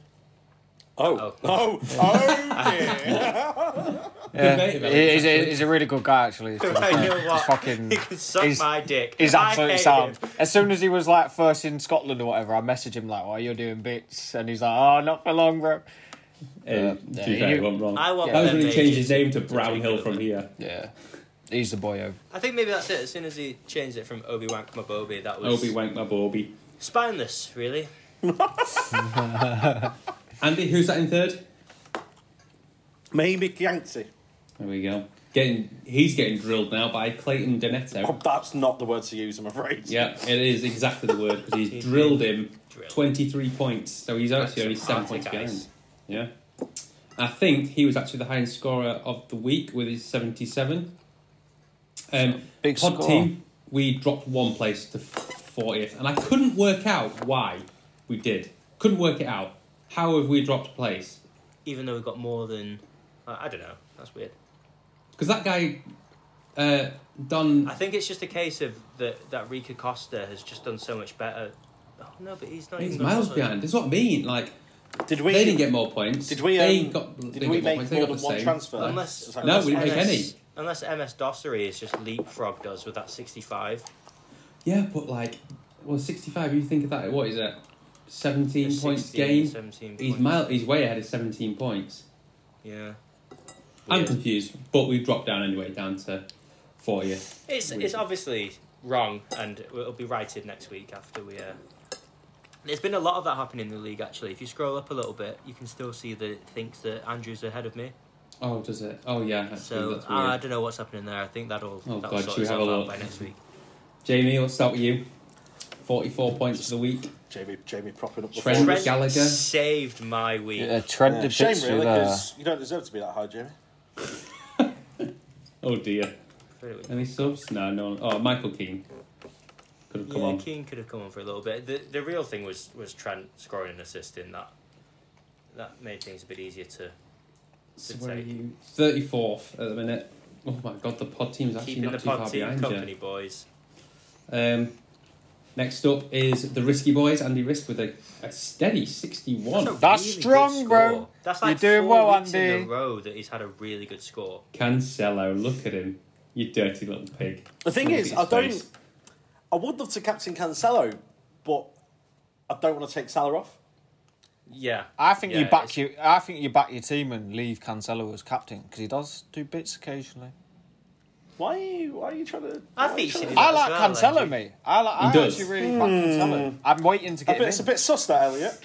Speaker 4: Oh,
Speaker 3: Oh.
Speaker 4: oh, oh dear!
Speaker 5: Yeah.
Speaker 2: mate of
Speaker 5: He-
Speaker 2: Elliott's,
Speaker 5: he's,
Speaker 2: actually.
Speaker 5: he's a really good guy, actually. He's,
Speaker 3: I know what.
Speaker 5: fucking.
Speaker 3: He can suck
Speaker 5: he's-
Speaker 3: my dick.
Speaker 5: He's
Speaker 3: I
Speaker 5: absolutely
Speaker 3: hate
Speaker 5: sound.
Speaker 3: him.
Speaker 5: As soon as he was like first in Scotland or whatever, I messaged him like, "Why you're doing bits?" And he's like, "Oh, not for long, bro."
Speaker 2: And
Speaker 5: Yeah,
Speaker 2: to be
Speaker 5: you-
Speaker 2: fair, he went wrong.
Speaker 3: I want
Speaker 2: that was
Speaker 3: them
Speaker 2: when he changed
Speaker 3: ages
Speaker 2: his name to
Speaker 3: to
Speaker 2: Brownhill
Speaker 3: take
Speaker 2: from here.
Speaker 5: Yeah. He's the boyo.
Speaker 3: I think maybe that's it. As soon as he changed it from Obi Wank Mabobi, that was
Speaker 2: Obi Wank my Bobby.
Speaker 3: spineless, really.
Speaker 2: Andy, who's that in third?
Speaker 4: Maybe Yancy.
Speaker 2: There we go. Getting he's getting drilled now by Clayton Donetto.
Speaker 4: Oh, that's not the word to use, I'm afraid.
Speaker 2: Yeah, it is exactly the word because he's drilled him
Speaker 3: Drill.
Speaker 2: twenty three points, so he's actually only
Speaker 3: some
Speaker 2: seven points
Speaker 3: party
Speaker 2: behind.
Speaker 3: guys.
Speaker 2: Yeah, I think he was actually the highest scorer of the week with his seventy seven. Um,
Speaker 5: Big
Speaker 2: pod
Speaker 5: score.
Speaker 2: team, we dropped one place to fortieth, and I couldn't work out why we did. Couldn't work it out. How have we dropped place?
Speaker 3: Even though we got more than I, I don't know. That's weird.
Speaker 2: Because that guy, uh, Don.
Speaker 3: I think it's just a case of that that Rika Costa has just done so much better. Oh no, but he's not.
Speaker 2: He's
Speaker 3: even
Speaker 2: miles
Speaker 3: bothered.
Speaker 2: behind. That's what I mean. Like
Speaker 4: Did we?
Speaker 2: they didn't get more points.
Speaker 4: Did we?
Speaker 2: They
Speaker 4: um,
Speaker 2: got. they
Speaker 4: did
Speaker 2: got more
Speaker 4: we make
Speaker 2: points. They
Speaker 4: more
Speaker 2: got
Speaker 4: than
Speaker 2: the
Speaker 4: one
Speaker 2: same.
Speaker 4: transfer?
Speaker 3: Unless
Speaker 4: Sorry,
Speaker 2: No,
Speaker 4: unless
Speaker 2: we didn't make
Speaker 4: MS
Speaker 2: any.
Speaker 3: Unless MS Dossery has just leapfrogged us with that 65.
Speaker 2: Yeah, but like, well, sixty-five. You think of that? What is it? Seventeen
Speaker 3: It's
Speaker 2: points
Speaker 3: 16,
Speaker 2: game.
Speaker 3: 17
Speaker 2: He's
Speaker 3: points.
Speaker 2: mile. He's way ahead of seventeen points.
Speaker 3: Yeah.
Speaker 2: I'm
Speaker 3: Weird.
Speaker 2: confused, but we've dropped down anyway, down to fortieth.
Speaker 3: It's, it's obviously wrong, and it'll be righted next week after we. Uh... There's been a lot of that happening in the league, actually. If you scroll up a little bit, you can still see that it thinks that Andrew's ahead of me.
Speaker 2: Oh, does it? Oh yeah. Actually,
Speaker 3: So uh,
Speaker 2: that's weird.
Speaker 3: I don't know what's happening there. I think that'll,
Speaker 2: Oh,
Speaker 3: that'll
Speaker 2: God,
Speaker 3: sort
Speaker 2: should we have
Speaker 3: itself
Speaker 2: a
Speaker 3: out
Speaker 2: look?
Speaker 3: by next week.
Speaker 2: Jamie, let's start with you. Forty-four points for the week.
Speaker 4: Jamie, Jamie propping up the
Speaker 2: Trent-
Speaker 4: forwards.
Speaker 3: Trent
Speaker 2: Gallagher.
Speaker 3: saved my week.
Speaker 5: Yeah, Trent
Speaker 4: Yeah,
Speaker 5: did
Speaker 4: shame
Speaker 5: bits
Speaker 4: really,
Speaker 5: with, uh,
Speaker 4: because you don't deserve to be that high, Jamie.
Speaker 2: Oh dear.
Speaker 3: Really.
Speaker 2: Any subs? No, no. Oh, Michael Keane. Could have come
Speaker 3: yeah,
Speaker 2: on.
Speaker 3: Keane could have come on for a little bit. The the real thing was was Trent scoring an assist in that. That made things a bit easier to
Speaker 2: So
Speaker 3: Good
Speaker 2: where are
Speaker 3: take.
Speaker 2: you? 34th at the minute. Oh my god, the pod team's actually
Speaker 3: keep
Speaker 2: not
Speaker 3: in the
Speaker 2: too far
Speaker 3: pod team
Speaker 2: behind
Speaker 3: company, boys.
Speaker 2: you. Um, next up is the Risky Boys, Andy Risk with a, a steady 61.
Speaker 3: a
Speaker 5: That's
Speaker 3: really good
Speaker 5: strong, bro.
Speaker 3: score. That's
Speaker 5: You're
Speaker 3: like
Speaker 5: doing
Speaker 3: four
Speaker 5: well,
Speaker 3: weeks
Speaker 5: Andy.
Speaker 3: in a row that he's had a really good score.
Speaker 2: Cancelo, look at him. You dirty little pig.
Speaker 4: The thing
Speaker 2: Look at
Speaker 4: is,
Speaker 2: his
Speaker 4: I don't.
Speaker 2: face.
Speaker 4: I would love to captain Cancelo, but I don't want to take Salah off.
Speaker 3: Yeah,
Speaker 5: I think
Speaker 3: Yeah,
Speaker 5: you back
Speaker 3: it's-
Speaker 5: you. I think you back your team and leave Cancelo as captain because he does do bits occasionally.
Speaker 4: Why are you? Why are you trying to?
Speaker 3: I
Speaker 4: why are
Speaker 3: think
Speaker 4: you trying to-
Speaker 3: he should do
Speaker 5: I
Speaker 3: as
Speaker 5: like
Speaker 3: well,
Speaker 5: Cancelo,
Speaker 3: Andrew.
Speaker 5: mate. I like. I
Speaker 2: does.
Speaker 5: actually really back
Speaker 3: Hmm.
Speaker 5: Cancelo. I'm waiting to
Speaker 4: A
Speaker 5: get
Speaker 4: bit-
Speaker 5: him
Speaker 4: it's a
Speaker 5: in.
Speaker 4: bit sus, that Elliot.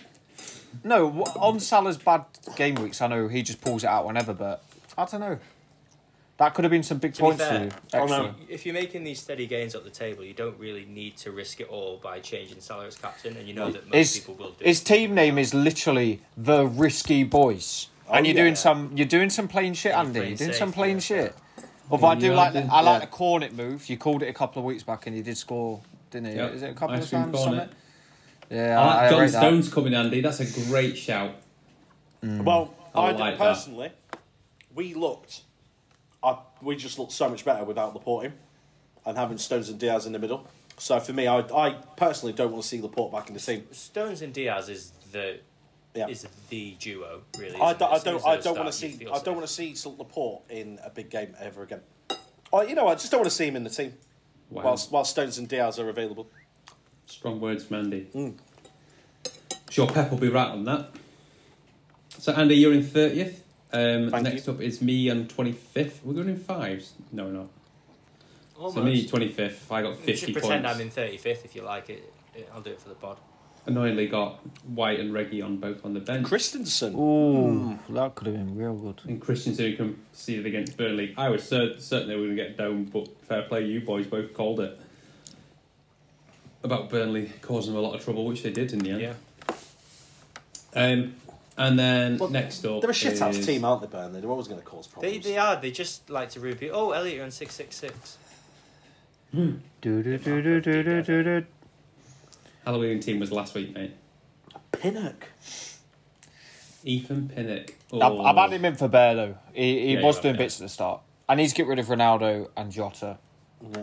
Speaker 5: No, w- on Salah's bad game weeks, I know he just pulls it out whenever, but I don't know. That could have been some big
Speaker 3: be
Speaker 5: points
Speaker 3: fair-
Speaker 5: for you.
Speaker 4: Oh, no.
Speaker 5: Extra.
Speaker 3: If you're making these steady gains up the table, you don't really need to risk it all by changing Salah as captain, and you know that most
Speaker 5: His,
Speaker 3: people will do.
Speaker 5: his team name is literally the Risky Boys, and you're
Speaker 4: yeah.
Speaker 5: doing some you're doing some plain shit,
Speaker 3: You're
Speaker 5: Andy.
Speaker 3: playing
Speaker 5: You're doing
Speaker 3: Oh, safe,
Speaker 5: some plain
Speaker 3: yeah.
Speaker 5: shit. But I do
Speaker 2: Yeah,
Speaker 5: like
Speaker 2: I
Speaker 5: the,
Speaker 2: do,
Speaker 5: I like
Speaker 4: yeah.
Speaker 5: the Cornet move. You called it a couple of weeks back, and you did score, didn't you?
Speaker 2: Yep,
Speaker 5: Is it a couple
Speaker 2: ice
Speaker 5: of
Speaker 2: cream
Speaker 5: times? or
Speaker 2: cornet. Ah,
Speaker 5: something? Yeah,
Speaker 2: I
Speaker 5: I,
Speaker 2: like
Speaker 5: I
Speaker 2: John
Speaker 5: rate that.
Speaker 2: Stones coming, Andy. That's a great shout.
Speaker 4: Well,
Speaker 2: Hmm. I
Speaker 4: I,
Speaker 2: like that.
Speaker 4: personally, we looked. I, we just looked so much better without Laporte and having Stones and Diaz in the middle. So for me, I, I personally don't want to see Laporte back in the team.
Speaker 3: Stones and Diaz is the
Speaker 4: Yeah.
Speaker 3: is the duo really.
Speaker 4: I
Speaker 3: isn't it?
Speaker 4: don't, I
Speaker 3: As soon
Speaker 4: don't,
Speaker 3: as
Speaker 4: I
Speaker 3: those
Speaker 4: don't want to
Speaker 3: start, you
Speaker 4: see.
Speaker 3: feel
Speaker 4: I don't
Speaker 3: safe.
Speaker 4: want to see Laporte in a big game ever again. Oh, you know, I just don't want to see him in the team
Speaker 2: Wow.
Speaker 4: whilst whilst Stones and Diaz are available.
Speaker 2: Strong words from Andy.
Speaker 5: Hmm.
Speaker 2: Sure, Pep will be right on that. So, Andy, you're in 30th. Um,
Speaker 4: Thank
Speaker 2: next up is me on 25th. We're going in fives. No, we're not.
Speaker 3: Almost.
Speaker 2: So, me 25th. I got 50
Speaker 3: You should pretend
Speaker 2: points.
Speaker 3: I'm in 35th if you like it. It- I'll do it for the pod.
Speaker 2: Annoyingly, got White and Reggie on both on the bench.
Speaker 4: Christensen.
Speaker 5: Ooh, that could have been real good.
Speaker 2: and Christensen who conceded against Burnley. I was cer- certain they were going to get down, but fair play, you boys both called it. About Burnley causing them a lot of trouble, which they did in the end.
Speaker 3: Yeah.
Speaker 2: Um, and then
Speaker 4: Well,
Speaker 2: next up.
Speaker 4: They're a shit ass
Speaker 2: is-
Speaker 4: team, aren't they, Burnley? They're always going to cause problems.
Speaker 3: They, they are. They just like to repeat. Oh, Elliot, you're on 666.
Speaker 5: Do, do, do, do, do, do, do, do.
Speaker 2: Halloween team was last week, mate.
Speaker 4: Pinnock.
Speaker 2: Ethan Pinnock.
Speaker 5: I've, I've had him in for Bear though. He, he was
Speaker 2: Yeah, you have,
Speaker 5: doing
Speaker 2: yeah.
Speaker 5: bits at the start. I need to get rid of Ronaldo and Jota.
Speaker 4: Yeah.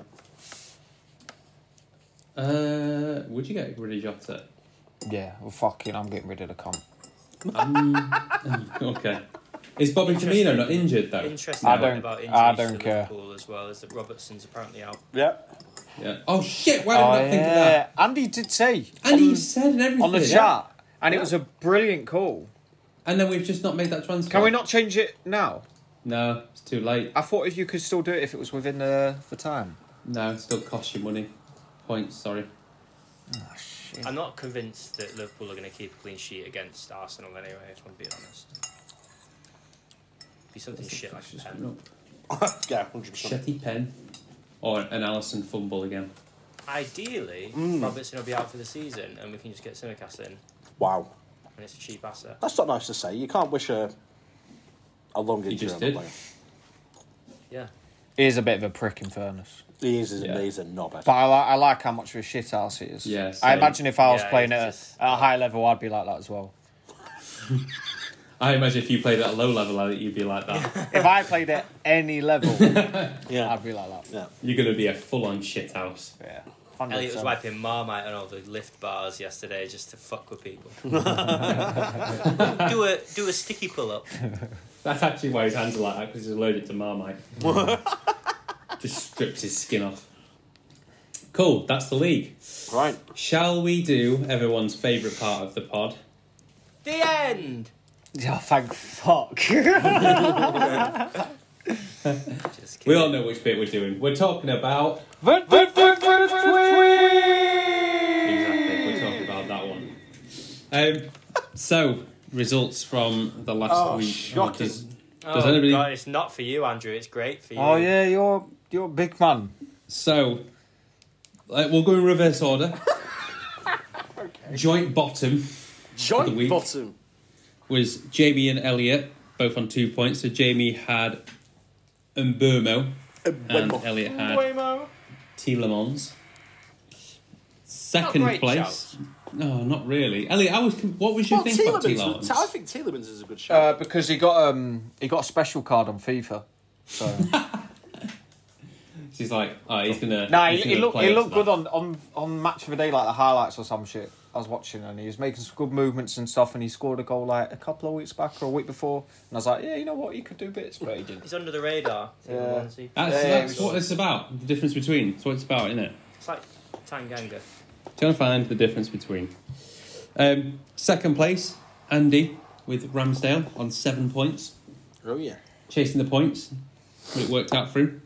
Speaker 2: Uh, would you get rid of Jota?
Speaker 5: Yeah, well, fucking, I'm getting rid of the comp.
Speaker 2: okay. Is Bobby Firmino not injured though?
Speaker 3: Interesting
Speaker 5: I
Speaker 3: point
Speaker 5: don't-
Speaker 3: about injuries
Speaker 5: I don't
Speaker 3: to
Speaker 5: care.
Speaker 3: Liverpool as well is that Robertson's apparently out.
Speaker 4: Yeah.
Speaker 2: Yeah. Oh shit! Why did I not think of that?
Speaker 5: Andy did say Oh,
Speaker 2: And
Speaker 5: on,
Speaker 2: he said and everything
Speaker 5: on the
Speaker 2: Yeah.
Speaker 5: chat, and it was a brilliant call.
Speaker 2: And then we've just not made that transfer.
Speaker 5: Can we not change it now?
Speaker 2: No, it's too late.
Speaker 5: I thought if you could still do it if it was within the, the time.
Speaker 2: No, it still costs you money. Points, sorry.
Speaker 5: Ah,
Speaker 3: I'm not convinced that Liverpool are going to keep a clean sheet against Arsenal anyway, if I'm being honest. Be something shit like a pen.
Speaker 4: yeah, hundred percent.
Speaker 2: Shetty pen. Or an Allison fumble again.
Speaker 3: Ideally,
Speaker 4: Mm.
Speaker 3: Robertson will be out for the season and we can just get Simicast in, and
Speaker 4: Wow,
Speaker 3: it's a cheap asset.
Speaker 4: that's not nice to say. You can't wish a a long injury
Speaker 2: just
Speaker 4: on a
Speaker 2: did.
Speaker 4: player.
Speaker 3: Yeah.
Speaker 5: He is a bit of a prick in fairness.
Speaker 4: He is, isn't
Speaker 2: Yeah.
Speaker 4: he? He's a knobhead.
Speaker 5: But I like, I like how much of a shit ass he is.
Speaker 2: Yeah,
Speaker 5: I
Speaker 2: same.
Speaker 5: imagine if I was
Speaker 3: Yeah,
Speaker 5: playing
Speaker 3: it's
Speaker 5: at, a-
Speaker 3: just-
Speaker 5: at a high level, I'd be like that as well.
Speaker 2: I imagine if you played at a low level, I think you'd be like that.
Speaker 5: if I played at any level,
Speaker 4: yeah,
Speaker 5: I'd be like that.
Speaker 4: yeah.
Speaker 2: You're going to be a full on shit house.
Speaker 5: Yeah.
Speaker 3: Elliot was wiping Marmite on all the lift bars yesterday just to fuck with people. do a do a sticky pull up.
Speaker 2: That's actually why his hands are like that, because he's loaded to Marmite. Just stripped his skin off. Cool, that's the league.
Speaker 4: Right.
Speaker 2: Shall we do everyone's favourite part of the pod?
Speaker 3: The end.
Speaker 5: Oh, thank fuck.
Speaker 3: Just kidding.
Speaker 2: We all know which bit we're doing. We're talking about. Exactly, we're talking about that one. Um, so, results from the last
Speaker 4: Oh,
Speaker 2: week.
Speaker 4: shocking.
Speaker 2: does,
Speaker 3: Oh,
Speaker 2: does anybody-
Speaker 3: God, it's not for you, Andrew. It's great for you.
Speaker 5: oh, yeah, you're, you're a big man.
Speaker 2: so, uh, we'll go in reverse order. Joint bottom the
Speaker 4: Joint
Speaker 2: week.
Speaker 4: bottom.
Speaker 2: was Jamie and Elliot, both on two points. So Jamie had Umbermo and
Speaker 4: Wembo.
Speaker 2: Elliot had T. Lemons. Second
Speaker 3: Not great
Speaker 2: place.
Speaker 3: shouts.
Speaker 2: No, not really. Elliot, I was. What was your
Speaker 4: Well,
Speaker 2: thing about T. Lemons?
Speaker 4: Tielemans. I think Tielemans is a good shot.
Speaker 5: Uh, because he got um he got a special card on FIFA. So
Speaker 2: She's like, oh, he's gonna.
Speaker 5: nah, he,
Speaker 2: he's
Speaker 5: he
Speaker 2: gonna
Speaker 5: looked
Speaker 2: play
Speaker 5: he
Speaker 2: it
Speaker 5: looked
Speaker 2: tonight.
Speaker 5: good on, on on match of the day like the highlights or some shit. I was watching and he was making some good movements and stuff and he scored a goal like a couple of weeks back or a week before and I was like yeah you know what he could do bits but he didn't.
Speaker 3: He's under the radar.
Speaker 5: Yeah.
Speaker 2: That's,
Speaker 5: Yeah,
Speaker 2: that's
Speaker 5: it was-
Speaker 2: what it's about. The difference between. That's what it's about, isn't it?
Speaker 3: It's like Tanganga.
Speaker 2: Trying to find the difference between. Um, second place, Andy with Ramsdale on seven points,
Speaker 4: oh yeah.
Speaker 2: chasing the points. But it worked out for him.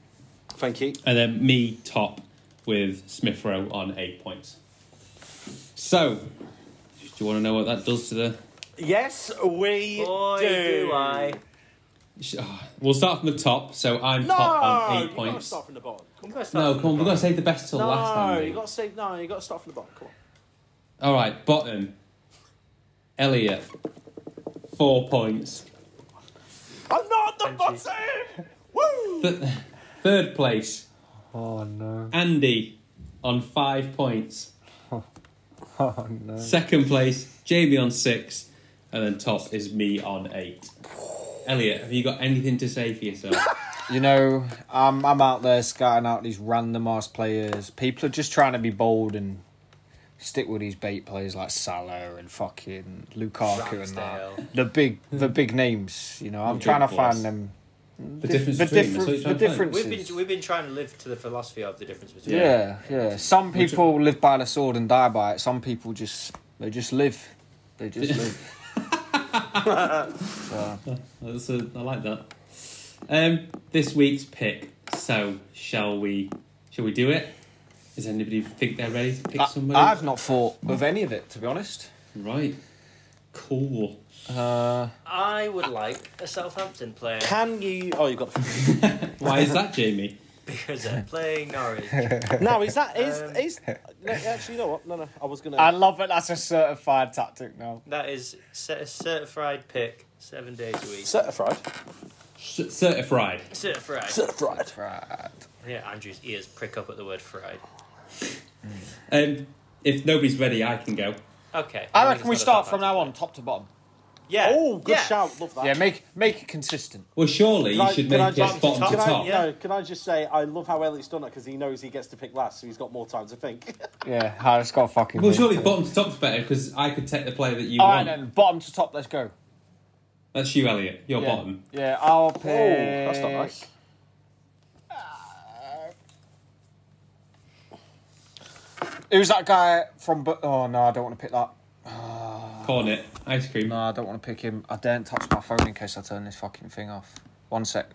Speaker 4: Thank you.
Speaker 2: And then me top with Smith Rowe on eight points. So, do you want to know what that does to the?
Speaker 4: Yes, we
Speaker 3: Boy,
Speaker 4: do.
Speaker 3: do I.
Speaker 2: Sh- ah, We'll start from the top. So I'm top on eight
Speaker 4: you gotta
Speaker 2: points.
Speaker 4: start from the bottom. Come on.
Speaker 2: No, come on, we've got to save the best till
Speaker 4: No,
Speaker 2: last time.
Speaker 4: you gotta say no. You gotta start from the bottom. Come on.
Speaker 2: All right, bottom. Elliot, four points.
Speaker 4: I'm not at the
Speaker 3: Thank
Speaker 4: bottom. Woo!
Speaker 2: Th- third place,
Speaker 5: Oh no!
Speaker 2: Andy, on five points.
Speaker 5: Oh no!
Speaker 2: Second place, Jamie on six, and then top is me on eight. Elliot, have you got anything to say for yourself?
Speaker 5: You know, I'm I'm out there scouting out these random ass players. People are just trying to be bold and stick with these bait players like Salah and fucking Lukaku and that.
Speaker 3: Ramsdale.
Speaker 5: The big the big names. You know, I'm
Speaker 2: The
Speaker 5: trying to
Speaker 2: big boys.
Speaker 5: find them.
Speaker 2: The difference
Speaker 5: the
Speaker 2: between them, that's what
Speaker 5: difference- the
Speaker 2: you're trying to find.
Speaker 5: difference-
Speaker 3: We've been we've been trying to live to the philosophy of the difference between.
Speaker 5: Yeah, yeah. Some
Speaker 2: Which-
Speaker 5: people live by the sword and die by it. Some people just they just live. They just live.
Speaker 2: That's a, I like that. Um, this week's pick. So shall we? Shall we do it? Does anybody think they're ready to pick
Speaker 5: I,
Speaker 2: somebody?
Speaker 5: I've not thought of any of it to be honest.
Speaker 2: Right. Cool.
Speaker 5: Uh,
Speaker 3: I would like a Southampton player
Speaker 4: Can you? Oh, you've got.
Speaker 2: Why is that, Jamie?
Speaker 3: because they're playing Norwich.
Speaker 4: no, is that is
Speaker 3: Um,
Speaker 4: is? No, actually, you know what? No, no. I was gonna.
Speaker 5: I love it. That's a certified tactic now.
Speaker 3: That is cer- certified pick, seven days a week.
Speaker 4: certified.
Speaker 2: C- certified.
Speaker 3: certified.
Speaker 4: Certified.
Speaker 5: Right.
Speaker 3: yeah, Andrew's ears prick up at the word fried.
Speaker 2: Um, if nobody's ready, I can go.
Speaker 3: Okay.
Speaker 5: I reckon we
Speaker 3: it's not a
Speaker 5: start from
Speaker 3: Southampton
Speaker 5: now on, top to bottom.
Speaker 3: player. Yeah.
Speaker 4: Oh, good
Speaker 3: yeah.
Speaker 4: shout. Love that.
Speaker 5: Yeah, make make it consistent.
Speaker 2: Well, surely
Speaker 4: Can I-
Speaker 2: you should
Speaker 4: can I
Speaker 2: make it
Speaker 4: just-
Speaker 2: bottom to
Speaker 4: can I,
Speaker 2: top.
Speaker 3: yeah.
Speaker 4: No, can I just say I love how Elliot's done it because he knows he gets to pick last, so he's got more time to think.
Speaker 5: Yeah, I just got fucking.
Speaker 2: Well, surely bottom to top's better because I could take the player that you
Speaker 5: All right,
Speaker 2: want.
Speaker 5: then bottom to top. Let's go.
Speaker 2: That's you, Elliot. You're
Speaker 5: Yeah.
Speaker 2: bottom.
Speaker 5: Yeah, I'll pick.
Speaker 4: oh, that's not nice.
Speaker 5: Who's that guy from? Bu- Oh no, I don't want to pick that.
Speaker 2: Cornet. Ice cream.
Speaker 5: No, I don't want to pick him. I daren't touch my phone in case I turn this fucking thing off. One sec.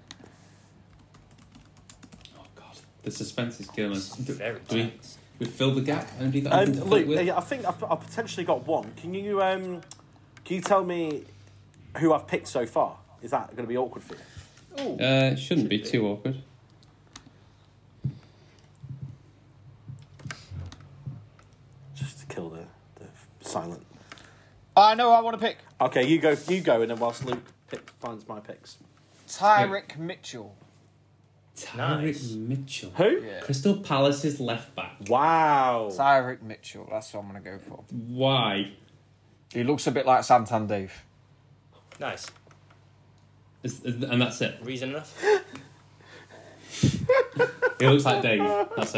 Speaker 2: Oh god, the suspense is killing us. Do,
Speaker 3: Very
Speaker 2: do we,
Speaker 3: tense.
Speaker 2: we fill the gap? Only that I
Speaker 4: Um,
Speaker 2: can fill it
Speaker 4: Luke,
Speaker 2: with.
Speaker 4: I think I've, I've potentially got one. Can you um, can you tell me who I've picked so far? Is that going to be awkward for you?
Speaker 3: Oh,
Speaker 2: Uh, it shouldn't be too awkward.
Speaker 4: Just to kill the, the silent.
Speaker 5: I know I want to pick
Speaker 4: Okay, you go. You go, and then whilst Luke pick, finds my picks.
Speaker 5: Tyrick Mitchell.
Speaker 2: Tyrick
Speaker 3: Nice.
Speaker 2: Mitchell.
Speaker 4: Who?
Speaker 5: Yeah.
Speaker 2: Crystal Palace's left back.
Speaker 4: Wow.
Speaker 5: Tyrick Mitchell. That's what I'm going to go for.
Speaker 2: Why?
Speaker 5: He looks a bit like Santan Dave.
Speaker 3: nice.
Speaker 2: Is- is- and that's it.
Speaker 3: Reason enough.
Speaker 2: It looks like Dave. That's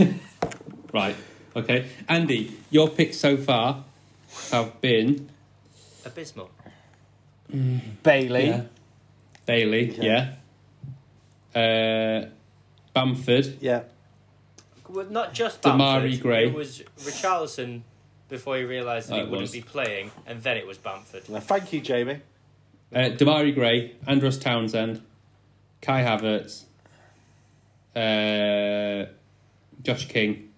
Speaker 2: it. right. Okay. Andy, your picks so far have been
Speaker 3: Abysmal.
Speaker 5: Bailey.
Speaker 2: yeah, Bailey, yeah. Uh, Bamford.
Speaker 4: Yeah.
Speaker 3: Well, not just
Speaker 2: Damari
Speaker 3: Bamford.
Speaker 2: Gray.
Speaker 3: It was Richarlison before he realised that
Speaker 2: Oh,
Speaker 3: he
Speaker 2: it
Speaker 3: wouldn't
Speaker 2: was.
Speaker 3: be playing, and then it was Bamford.
Speaker 4: Well, Thank you, Jamie.
Speaker 2: Uh, Damari Gray, Andros Townsend, Kai Havertz, uh, Josh King,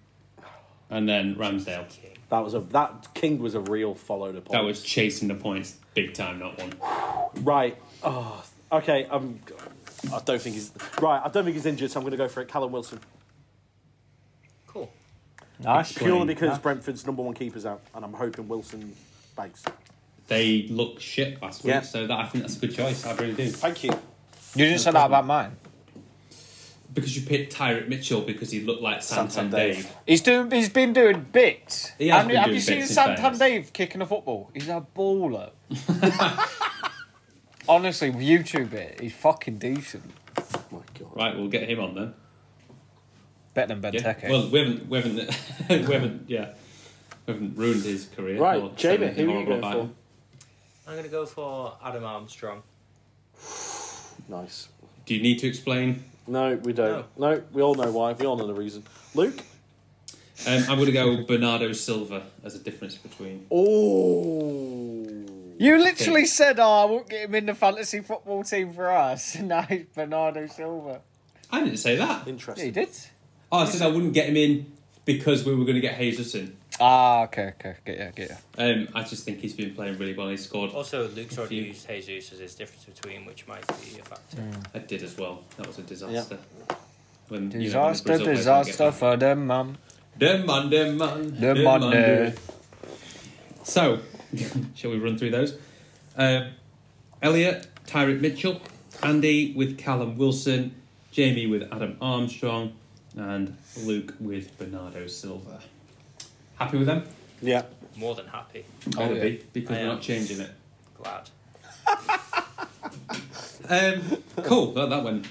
Speaker 2: and then Ramsdale.
Speaker 3: Okay.
Speaker 4: That was a that King was a real follow the point.
Speaker 2: That was chasing the points big time, that one.
Speaker 4: right. Oh, okay. I'm. I don't think he's right. I don't think he's injured, so I'm going to go for it. Callum Wilson,
Speaker 3: Cool.
Speaker 5: Nice.
Speaker 4: purely because Brentford's number one keeper's out, and I'm hoping Wilson banks.
Speaker 2: They look shit last week,
Speaker 4: Yeah.
Speaker 2: so that I think that's a good choice. I really do.
Speaker 4: Thank you.
Speaker 5: You didn't say that about mine.
Speaker 2: Because you picked Tyrant Mitchell because he looked like Santan
Speaker 4: Santan
Speaker 2: Dave.
Speaker 4: Dave.
Speaker 5: He's doing. He's been doing bits.
Speaker 2: He has
Speaker 5: have
Speaker 2: been
Speaker 5: you, have
Speaker 2: doing
Speaker 5: you seen
Speaker 2: bits, in
Speaker 5: Santan
Speaker 2: fairness.
Speaker 5: Dave kicking a football? He's a baller. Honestly, YouTube it. He's fucking decent.
Speaker 4: My God.
Speaker 2: Right, we'll get him on then.
Speaker 5: Better than
Speaker 2: Yeah.
Speaker 5: Benteke.
Speaker 2: Well, we haven't, we haven't, we haven't, yeah, we haven't ruined his career.
Speaker 4: Right,
Speaker 2: or said
Speaker 4: Jamie,
Speaker 2: anything
Speaker 4: who are you
Speaker 2: horrible
Speaker 4: going
Speaker 2: about
Speaker 4: for?
Speaker 3: I'm going to go for Adam Armstrong.
Speaker 4: Nice.
Speaker 2: him. Do you need to explain?
Speaker 4: No, we don't. No. we all know why. We all know the reason. Luke.
Speaker 2: Um, I'm going to go Bernardo Silva as a difference between.
Speaker 4: Oh.
Speaker 5: You literally said, "Oh, I won't get him in the fantasy football team for us." And now he's Bernardo Silva.
Speaker 2: I didn't say that.
Speaker 5: Yeah, he
Speaker 4: Interesting.
Speaker 5: did.
Speaker 2: Oh, I said I wouldn't get him in because we were going to get Hazelson.
Speaker 5: Ah, okay, okay, get ya, get ya.
Speaker 2: Um, I just think he's been playing really well. He scored.
Speaker 3: Also, Luke's already
Speaker 2: you-
Speaker 3: used Jesus as his difference between, which might be a factor.
Speaker 2: I did as well. That was a disaster. When, you know, when
Speaker 5: Disaster,
Speaker 2: Brazil played, we didn't get
Speaker 5: disaster for them, mum.
Speaker 2: Them man, them man,
Speaker 5: Them
Speaker 2: them
Speaker 5: man,
Speaker 2: man,
Speaker 5: eh.
Speaker 2: do. So, shall we run through those? Um Elliot, Tyrant Mitchell, Andy with Callum Wilson, Jamie with Adam Armstrong, and Luke with Bernardo Silva. Happy with them?
Speaker 4: Yeah.
Speaker 3: More than happy.
Speaker 5: Oh,
Speaker 2: Gotta
Speaker 5: yeah.
Speaker 2: be, because
Speaker 3: I
Speaker 2: we're
Speaker 3: am.
Speaker 2: not changing it.
Speaker 3: Glad.
Speaker 2: Um, cool. That, that went.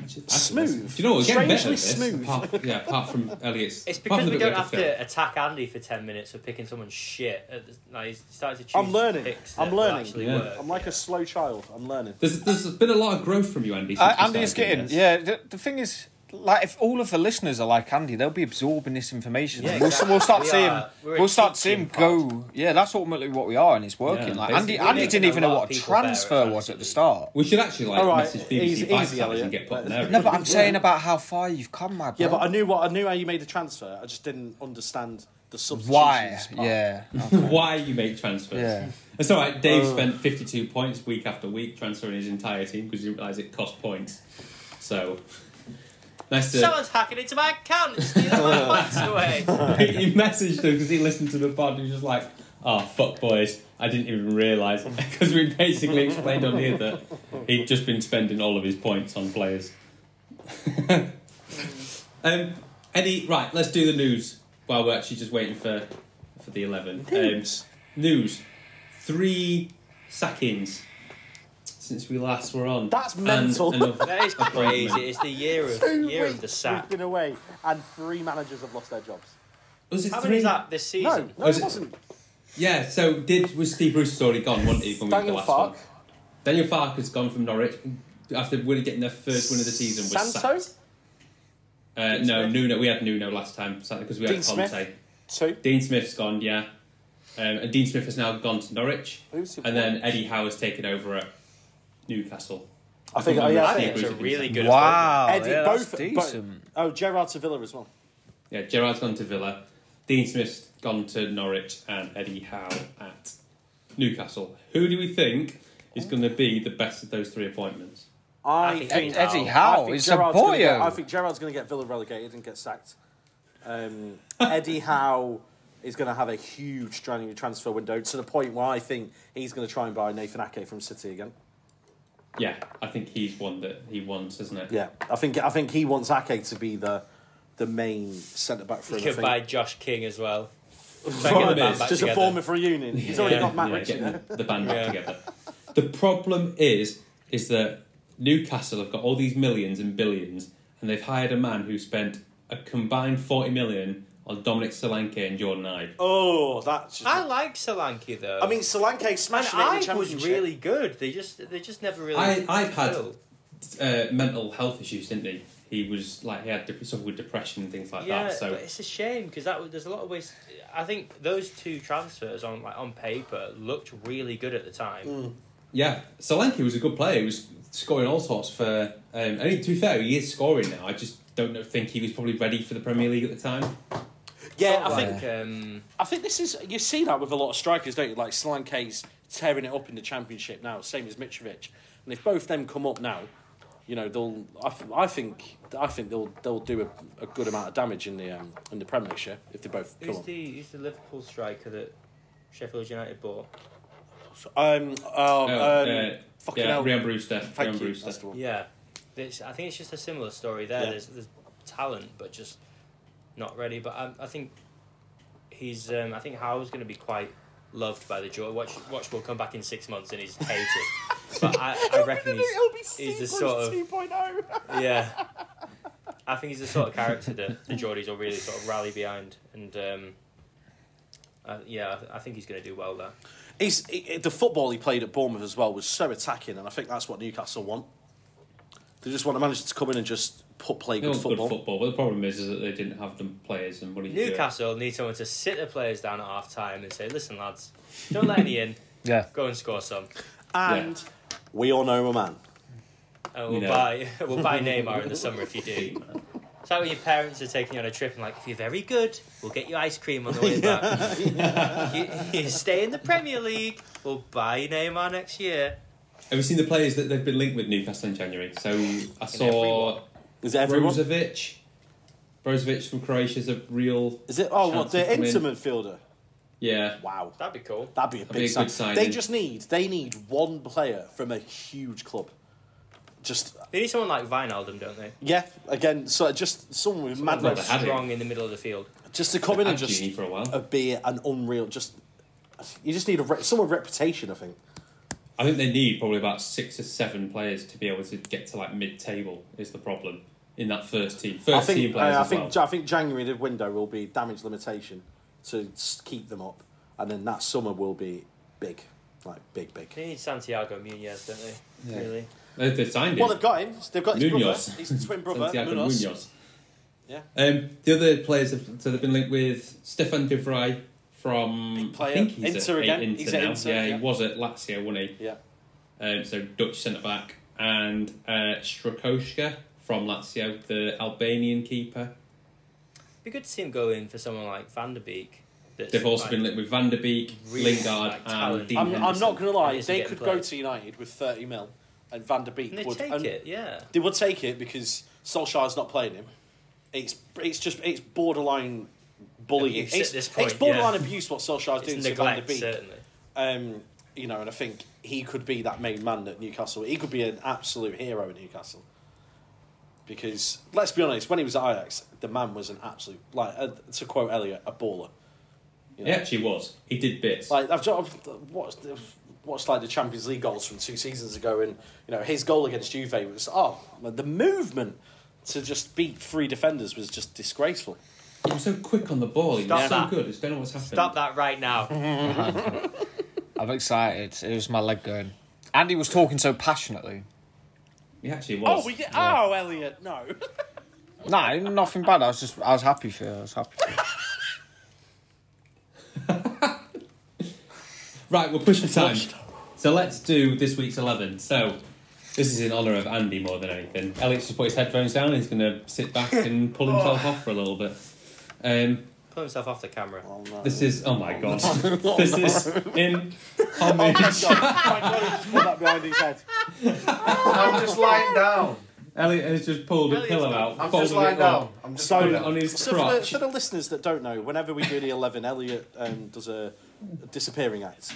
Speaker 2: actually, after
Speaker 4: Smooth.
Speaker 2: this- Do you know what? We're getting better at
Speaker 4: Strangely
Speaker 2: this,
Speaker 4: smooth.
Speaker 2: Apart, yeah, apart from Elliot's.
Speaker 3: It's
Speaker 2: apart
Speaker 3: because
Speaker 2: from
Speaker 3: we
Speaker 2: the
Speaker 3: don't
Speaker 2: bit
Speaker 3: have
Speaker 2: with Phil.
Speaker 3: to attack Andy for 10 minutes for picking someone's shit. At the, like, he's started to choose
Speaker 4: I'm learning.
Speaker 3: picks that
Speaker 4: I'm
Speaker 3: will
Speaker 4: learning.
Speaker 3: actually
Speaker 2: Yeah.
Speaker 3: work.
Speaker 4: I'm like a slow child. I'm learning.
Speaker 2: There's, there's been a lot of growth from you, Andy. since
Speaker 5: Uh,
Speaker 2: we
Speaker 5: Andy is
Speaker 2: started doing
Speaker 5: getting.
Speaker 2: this.
Speaker 5: Yeah, the, the thing is, like, if all of the listeners are like Andy, they'll be absorbing this information.
Speaker 3: Yeah,
Speaker 5: we'll,
Speaker 3: exactly.
Speaker 5: we'll start
Speaker 3: We
Speaker 5: seeing.
Speaker 3: are- we're a
Speaker 5: we'll start seeing
Speaker 3: teaching pod.
Speaker 5: go. Yeah, that's ultimately what we are, and it's working.
Speaker 2: Yeah,
Speaker 5: like Andy,
Speaker 2: basically.
Speaker 5: Andy
Speaker 3: We're
Speaker 5: didn't
Speaker 3: making
Speaker 5: even
Speaker 3: a
Speaker 5: know
Speaker 3: lot
Speaker 5: what
Speaker 3: of people better at
Speaker 5: transfer was at
Speaker 3: fantasy.
Speaker 5: the start.
Speaker 2: We should actually like
Speaker 4: All right,
Speaker 2: message BBC
Speaker 4: easy-
Speaker 2: Bike
Speaker 4: easy,
Speaker 2: Savage
Speaker 4: Elliot.
Speaker 2: and get put on
Speaker 4: But-
Speaker 2: there.
Speaker 5: No, but I'm saying about how far you've come, my bro.
Speaker 4: Yeah, but I knew what I knew how you made a transfer. I just didn't understand the substitutions.
Speaker 5: why?
Speaker 4: part.
Speaker 5: Yeah.
Speaker 2: why you make transfers.
Speaker 5: Yeah.
Speaker 2: It's all right. Dave spent 52 points week after week transferring his entire team because he realised it cost points. So nice to.
Speaker 3: Someone's hacking into my account and stealing my points away.
Speaker 2: he messaged him because he listened to the pod and he was just like, "Oh fuck, boys, I didn't even realise because we basically explained on here that he'd just been spending all of his points on players." um, Eddie, right, let's do the news while we're actually just waiting for for the eleven. Um, news: three sackings since we last were on.
Speaker 4: That's
Speaker 2: And
Speaker 4: mental.
Speaker 2: another-
Speaker 3: That is crazy. It's the year of,
Speaker 4: Two
Speaker 3: year of
Speaker 4: weeks
Speaker 3: the sack.
Speaker 4: We've been away, and three managers have lost their jobs.
Speaker 2: was it
Speaker 3: How
Speaker 2: three?
Speaker 3: many is that this
Speaker 4: No,
Speaker 3: season?
Speaker 4: no,
Speaker 2: Was
Speaker 4: it
Speaker 2: it-
Speaker 4: wasn't.
Speaker 2: Yeah. So did was Steve Bruce already gone? Wasn't he when we did the
Speaker 4: Daniel
Speaker 2: last
Speaker 4: Fark,
Speaker 2: one? Daniel Fark has gone from Norwich after really getting their first win of the season. Was
Speaker 4: Santo,
Speaker 2: sacked. Uh,
Speaker 4: Dean
Speaker 2: no,
Speaker 4: Smith?
Speaker 2: Nuno. We had Nuno last time because we had
Speaker 4: Dean
Speaker 2: Conte.
Speaker 4: Smith, two.
Speaker 2: Dean Smith's gone. Yeah, Um, and Dean Smith has now gone to Norwich,
Speaker 4: Who's your
Speaker 2: and then Eddie Howe has taken over at Newcastle.
Speaker 4: I think, oh,
Speaker 2: Remember
Speaker 4: yeah,
Speaker 3: I
Speaker 4: I
Speaker 3: think
Speaker 4: think
Speaker 3: it's a really good.
Speaker 5: Wow,
Speaker 4: Eddie,
Speaker 5: Oh, yeah, that's
Speaker 4: both, both-
Speaker 5: decent.
Speaker 4: oh, Gerard Sevilla as well.
Speaker 2: Yeah, Gerard's gone to Villa, Dean Smith's gone to Norwich, and Eddie Howe at Newcastle. Who do we think is going to be the best of those three appointments?
Speaker 4: I,
Speaker 3: I think
Speaker 4: think,
Speaker 5: Eddie
Speaker 4: I
Speaker 5: Howe
Speaker 4: think
Speaker 5: is a
Speaker 4: Gerrard's gonna get- I
Speaker 5: boyo.
Speaker 4: think Gerard's going to get Villa relegated and get sacked. Um, Eddie Howe is going to have a huge January transfer window to the point where I think he's going to try and buy Nathan Ake from City again.
Speaker 2: Yeah, I think he's one that he wants, isn't it?
Speaker 4: Yeah, I think I think he wants Ake to be the the main centre back for
Speaker 3: You
Speaker 4: him. I
Speaker 3: could
Speaker 4: think.
Speaker 3: buy Josh King as well.
Speaker 2: Problem
Speaker 3: Get the band
Speaker 2: is,
Speaker 3: back
Speaker 4: just a
Speaker 3: together.
Speaker 4: Bournemouth reunion. He's already got Matt Ritchie
Speaker 2: getting
Speaker 4: there.
Speaker 2: the, the band back
Speaker 3: Yeah.
Speaker 2: together. The problem is, is that Newcastle have got all these millions and billions, and they've hired a man who spent a combined forty million on Dominic Solanke and Jordan Ibe.
Speaker 4: Oh, that's. Just...
Speaker 3: I
Speaker 4: I,
Speaker 3: like Solanke though.
Speaker 4: mean, Solanke
Speaker 3: and
Speaker 4: smashing it in the
Speaker 3: I was
Speaker 4: championship.
Speaker 3: really good. They just they just never really.
Speaker 2: I- I've had-
Speaker 3: fulfilled.
Speaker 2: Uh, mental health issues, didn't he? He was like he had dep- suffered with depression and things like
Speaker 3: yeah,
Speaker 2: that. So
Speaker 3: but it's a shame because that was, there's a lot of ways. I think those two transfers on like on paper looked really good at the time.
Speaker 4: Mm.
Speaker 2: Yeah, Solanke was a good player. He was scoring all sorts for. Um, only to be fair, he is scoring now. I just don't know, think he was probably ready for the Premier League at the time.
Speaker 4: Yeah,
Speaker 3: Sort
Speaker 4: I
Speaker 3: of
Speaker 4: think
Speaker 3: like, um,
Speaker 4: I think this is you see that with a lot of strikers, don't you? Like Solanke's tearing it up in the championship now, same as Mitrovic. And if both them come up now, you know they'll. I, th- I think I think they'll they'll do a, a good amount of damage in the um, in the Premiership if they both come
Speaker 3: who's
Speaker 4: up.
Speaker 3: the who's the Liverpool striker that Sheffield United bought?
Speaker 4: Um, oh,
Speaker 2: Oh,
Speaker 4: um,
Speaker 2: uh,
Speaker 4: fucking
Speaker 2: Yeah,
Speaker 4: hell.
Speaker 2: Ryan Brewster.
Speaker 4: Thank
Speaker 2: Ryan
Speaker 4: you.
Speaker 2: Brewster.
Speaker 4: That's the one.
Speaker 3: Yeah, it's, I think it's just a similar story there.
Speaker 4: Yeah.
Speaker 3: There's, there's talent, but just not ready. But um, I, I think he's. Um, I think Howe's going to be quite loved by the joy. Watch, watch, will come back in six months and he's hated. but I, I reckon he's. he's the sort of
Speaker 5: oh.
Speaker 3: yeah. I think he's the sort of character that the Geordies will really sort of rally behind, and um, uh, yeah, I, th- I think he's going to do well there.
Speaker 4: He's, he- he- the football he played at Bournemouth as well was so attacking, and I think that's what Newcastle want. They just want a manager to come in and just put play
Speaker 2: They
Speaker 4: good
Speaker 2: want good
Speaker 4: football.
Speaker 2: football, but the problem is, is that they didn't have the players and money. to do it.
Speaker 3: Newcastle need someone to sit the players down at half time and say, "Listen, lads, don't let any in.
Speaker 5: Yeah.
Speaker 3: Go and score some."
Speaker 4: And we all know a man.
Speaker 3: And we'll
Speaker 2: You know.
Speaker 3: buy we'll buy Neymar in the summer if you do. It's like when your parents are taking you on a trip and like, if you're very good, we'll get you ice cream on the way back. you, you stay in the Premier League, we'll buy Neymar next year.
Speaker 2: Have you seen the players that they've been linked with Newcastle in January? So I saw
Speaker 4: Is it everyone?
Speaker 2: Brozovic. Brozovic from Croatia is a real.
Speaker 4: Is it? Oh,
Speaker 2: Chance
Speaker 4: what
Speaker 2: to
Speaker 4: the
Speaker 2: come in.
Speaker 4: inter midfielder?
Speaker 2: Yeah.
Speaker 4: Wow,
Speaker 3: That'd be cool.
Speaker 4: that'd be a
Speaker 2: be a
Speaker 4: big
Speaker 2: good
Speaker 4: sign.
Speaker 2: signing.
Speaker 4: They just need they need one player from a huge club. Just
Speaker 3: They need someone like Vinaldum, don't they?
Speaker 4: yeah, again, so just someone with
Speaker 2: Well, they
Speaker 4: madness,
Speaker 2: had him.
Speaker 3: Strong in the middle of the field.
Speaker 4: just to come in
Speaker 2: Had
Speaker 4: and just
Speaker 2: Genie for a while.
Speaker 4: a be an unreal. Just you just need a re- someone with reputation. I think.
Speaker 2: I think they need probably about six or seven players to be able to get to like mid-table. Is the problem in that first team? First
Speaker 4: I
Speaker 2: team
Speaker 4: think uh,
Speaker 2: players.
Speaker 4: I, I
Speaker 2: as well.
Speaker 4: think I think January the window will be damage limitation to s- keep them up, and then that summer will be big, like big, big.
Speaker 3: They need Santiago Munez, don't they?
Speaker 2: Yeah.
Speaker 3: Really?
Speaker 2: They, they signed
Speaker 4: Well,
Speaker 2: him.
Speaker 4: they've got him. They've got his
Speaker 2: Munoz.
Speaker 4: brother. His twin brother,
Speaker 2: Santiago
Speaker 4: Munoz.
Speaker 2: Munoz.
Speaker 4: Yeah.
Speaker 2: Um, the other players have so they've been linked with Stefan De Vrij from
Speaker 4: Big player.
Speaker 2: I think he's
Speaker 4: Inter
Speaker 2: at
Speaker 4: again.
Speaker 2: Inter
Speaker 4: He's
Speaker 2: now.
Speaker 4: at Inter,
Speaker 2: yeah,
Speaker 4: yeah.
Speaker 2: he was at Lazio, wasn't he?
Speaker 4: Yeah.
Speaker 2: Um, so Dutch centre back and uh, Strakoshka from Lazio, the Albanian keeper.
Speaker 3: be good to see him go in for someone like Van der Beek. that's
Speaker 2: They've also
Speaker 3: like-
Speaker 2: been linked with Van der Beek,
Speaker 3: Really,
Speaker 2: Lingard,
Speaker 3: like,
Speaker 2: and
Speaker 3: talent.
Speaker 2: Dean
Speaker 4: I'm, I'm
Speaker 2: Henderson.
Speaker 4: not going to lie.
Speaker 3: Yes,
Speaker 4: They
Speaker 3: he's
Speaker 4: could
Speaker 3: getting
Speaker 4: go
Speaker 3: played.
Speaker 4: to United with 30 mil, and Van der Beek
Speaker 3: And they
Speaker 4: would.
Speaker 3: take
Speaker 4: and
Speaker 3: it, yeah.
Speaker 4: They would take it because Solskjaer's not playing him. It's it's just it's borderline bullying.
Speaker 3: Abuse at
Speaker 4: it's,
Speaker 3: this point,
Speaker 4: it's borderline
Speaker 3: yeah.
Speaker 4: abuse what Solskjaer's doing
Speaker 3: It's
Speaker 4: to Van der
Speaker 3: neglect,
Speaker 4: Beek.
Speaker 3: certainly.
Speaker 4: Um, you know, and I think he could be that main man at Newcastle. He could be an absolute hero at Newcastle. Because let's be honest, when he was at Ajax, the man was an absolute like uh, to quote Elliot, a baller. You
Speaker 2: He actually was. He did bits.
Speaker 4: Like I've, I've watched, I've watched like the Champions League goals from two seasons ago, and you know his goal against Juve was oh the movement to just beat three defenders was just disgraceful.
Speaker 2: he was so quick on the ball. He
Speaker 3: Stop
Speaker 2: was so
Speaker 3: that.
Speaker 2: good. I don't know what's happened.
Speaker 3: Stop that right now.
Speaker 5: I'm excited. It was my leg going. Andy was talking so passionately.
Speaker 2: He actually was. Yeah.
Speaker 4: oh Elliot no.
Speaker 5: No, nothing bad. I was just, I was happy for you. I was happy. For you.
Speaker 2: Right, we're pushing time. So let's do this week's 11. So this is in honour of Andy more than anything. Alex just put his headphones down and he's going to sit back and pull himself off for a little bit. Um,
Speaker 3: Pull himself off the camera.
Speaker 2: this is, oh my god. This is in homage.
Speaker 4: Oh My God, he just put that behind his head.
Speaker 6: I'm just lying down.
Speaker 2: Elliot has just pulled a
Speaker 3: Elliot's
Speaker 2: pillow
Speaker 3: got-
Speaker 2: out,
Speaker 6: I'm
Speaker 2: folded
Speaker 6: just lying
Speaker 2: it up,
Speaker 6: down. I'm just
Speaker 4: So-
Speaker 2: put it on his
Speaker 4: So for the,
Speaker 2: crotch.
Speaker 4: for the listeners that don't know, whenever we do the eleven, Elliot um, does a disappearing act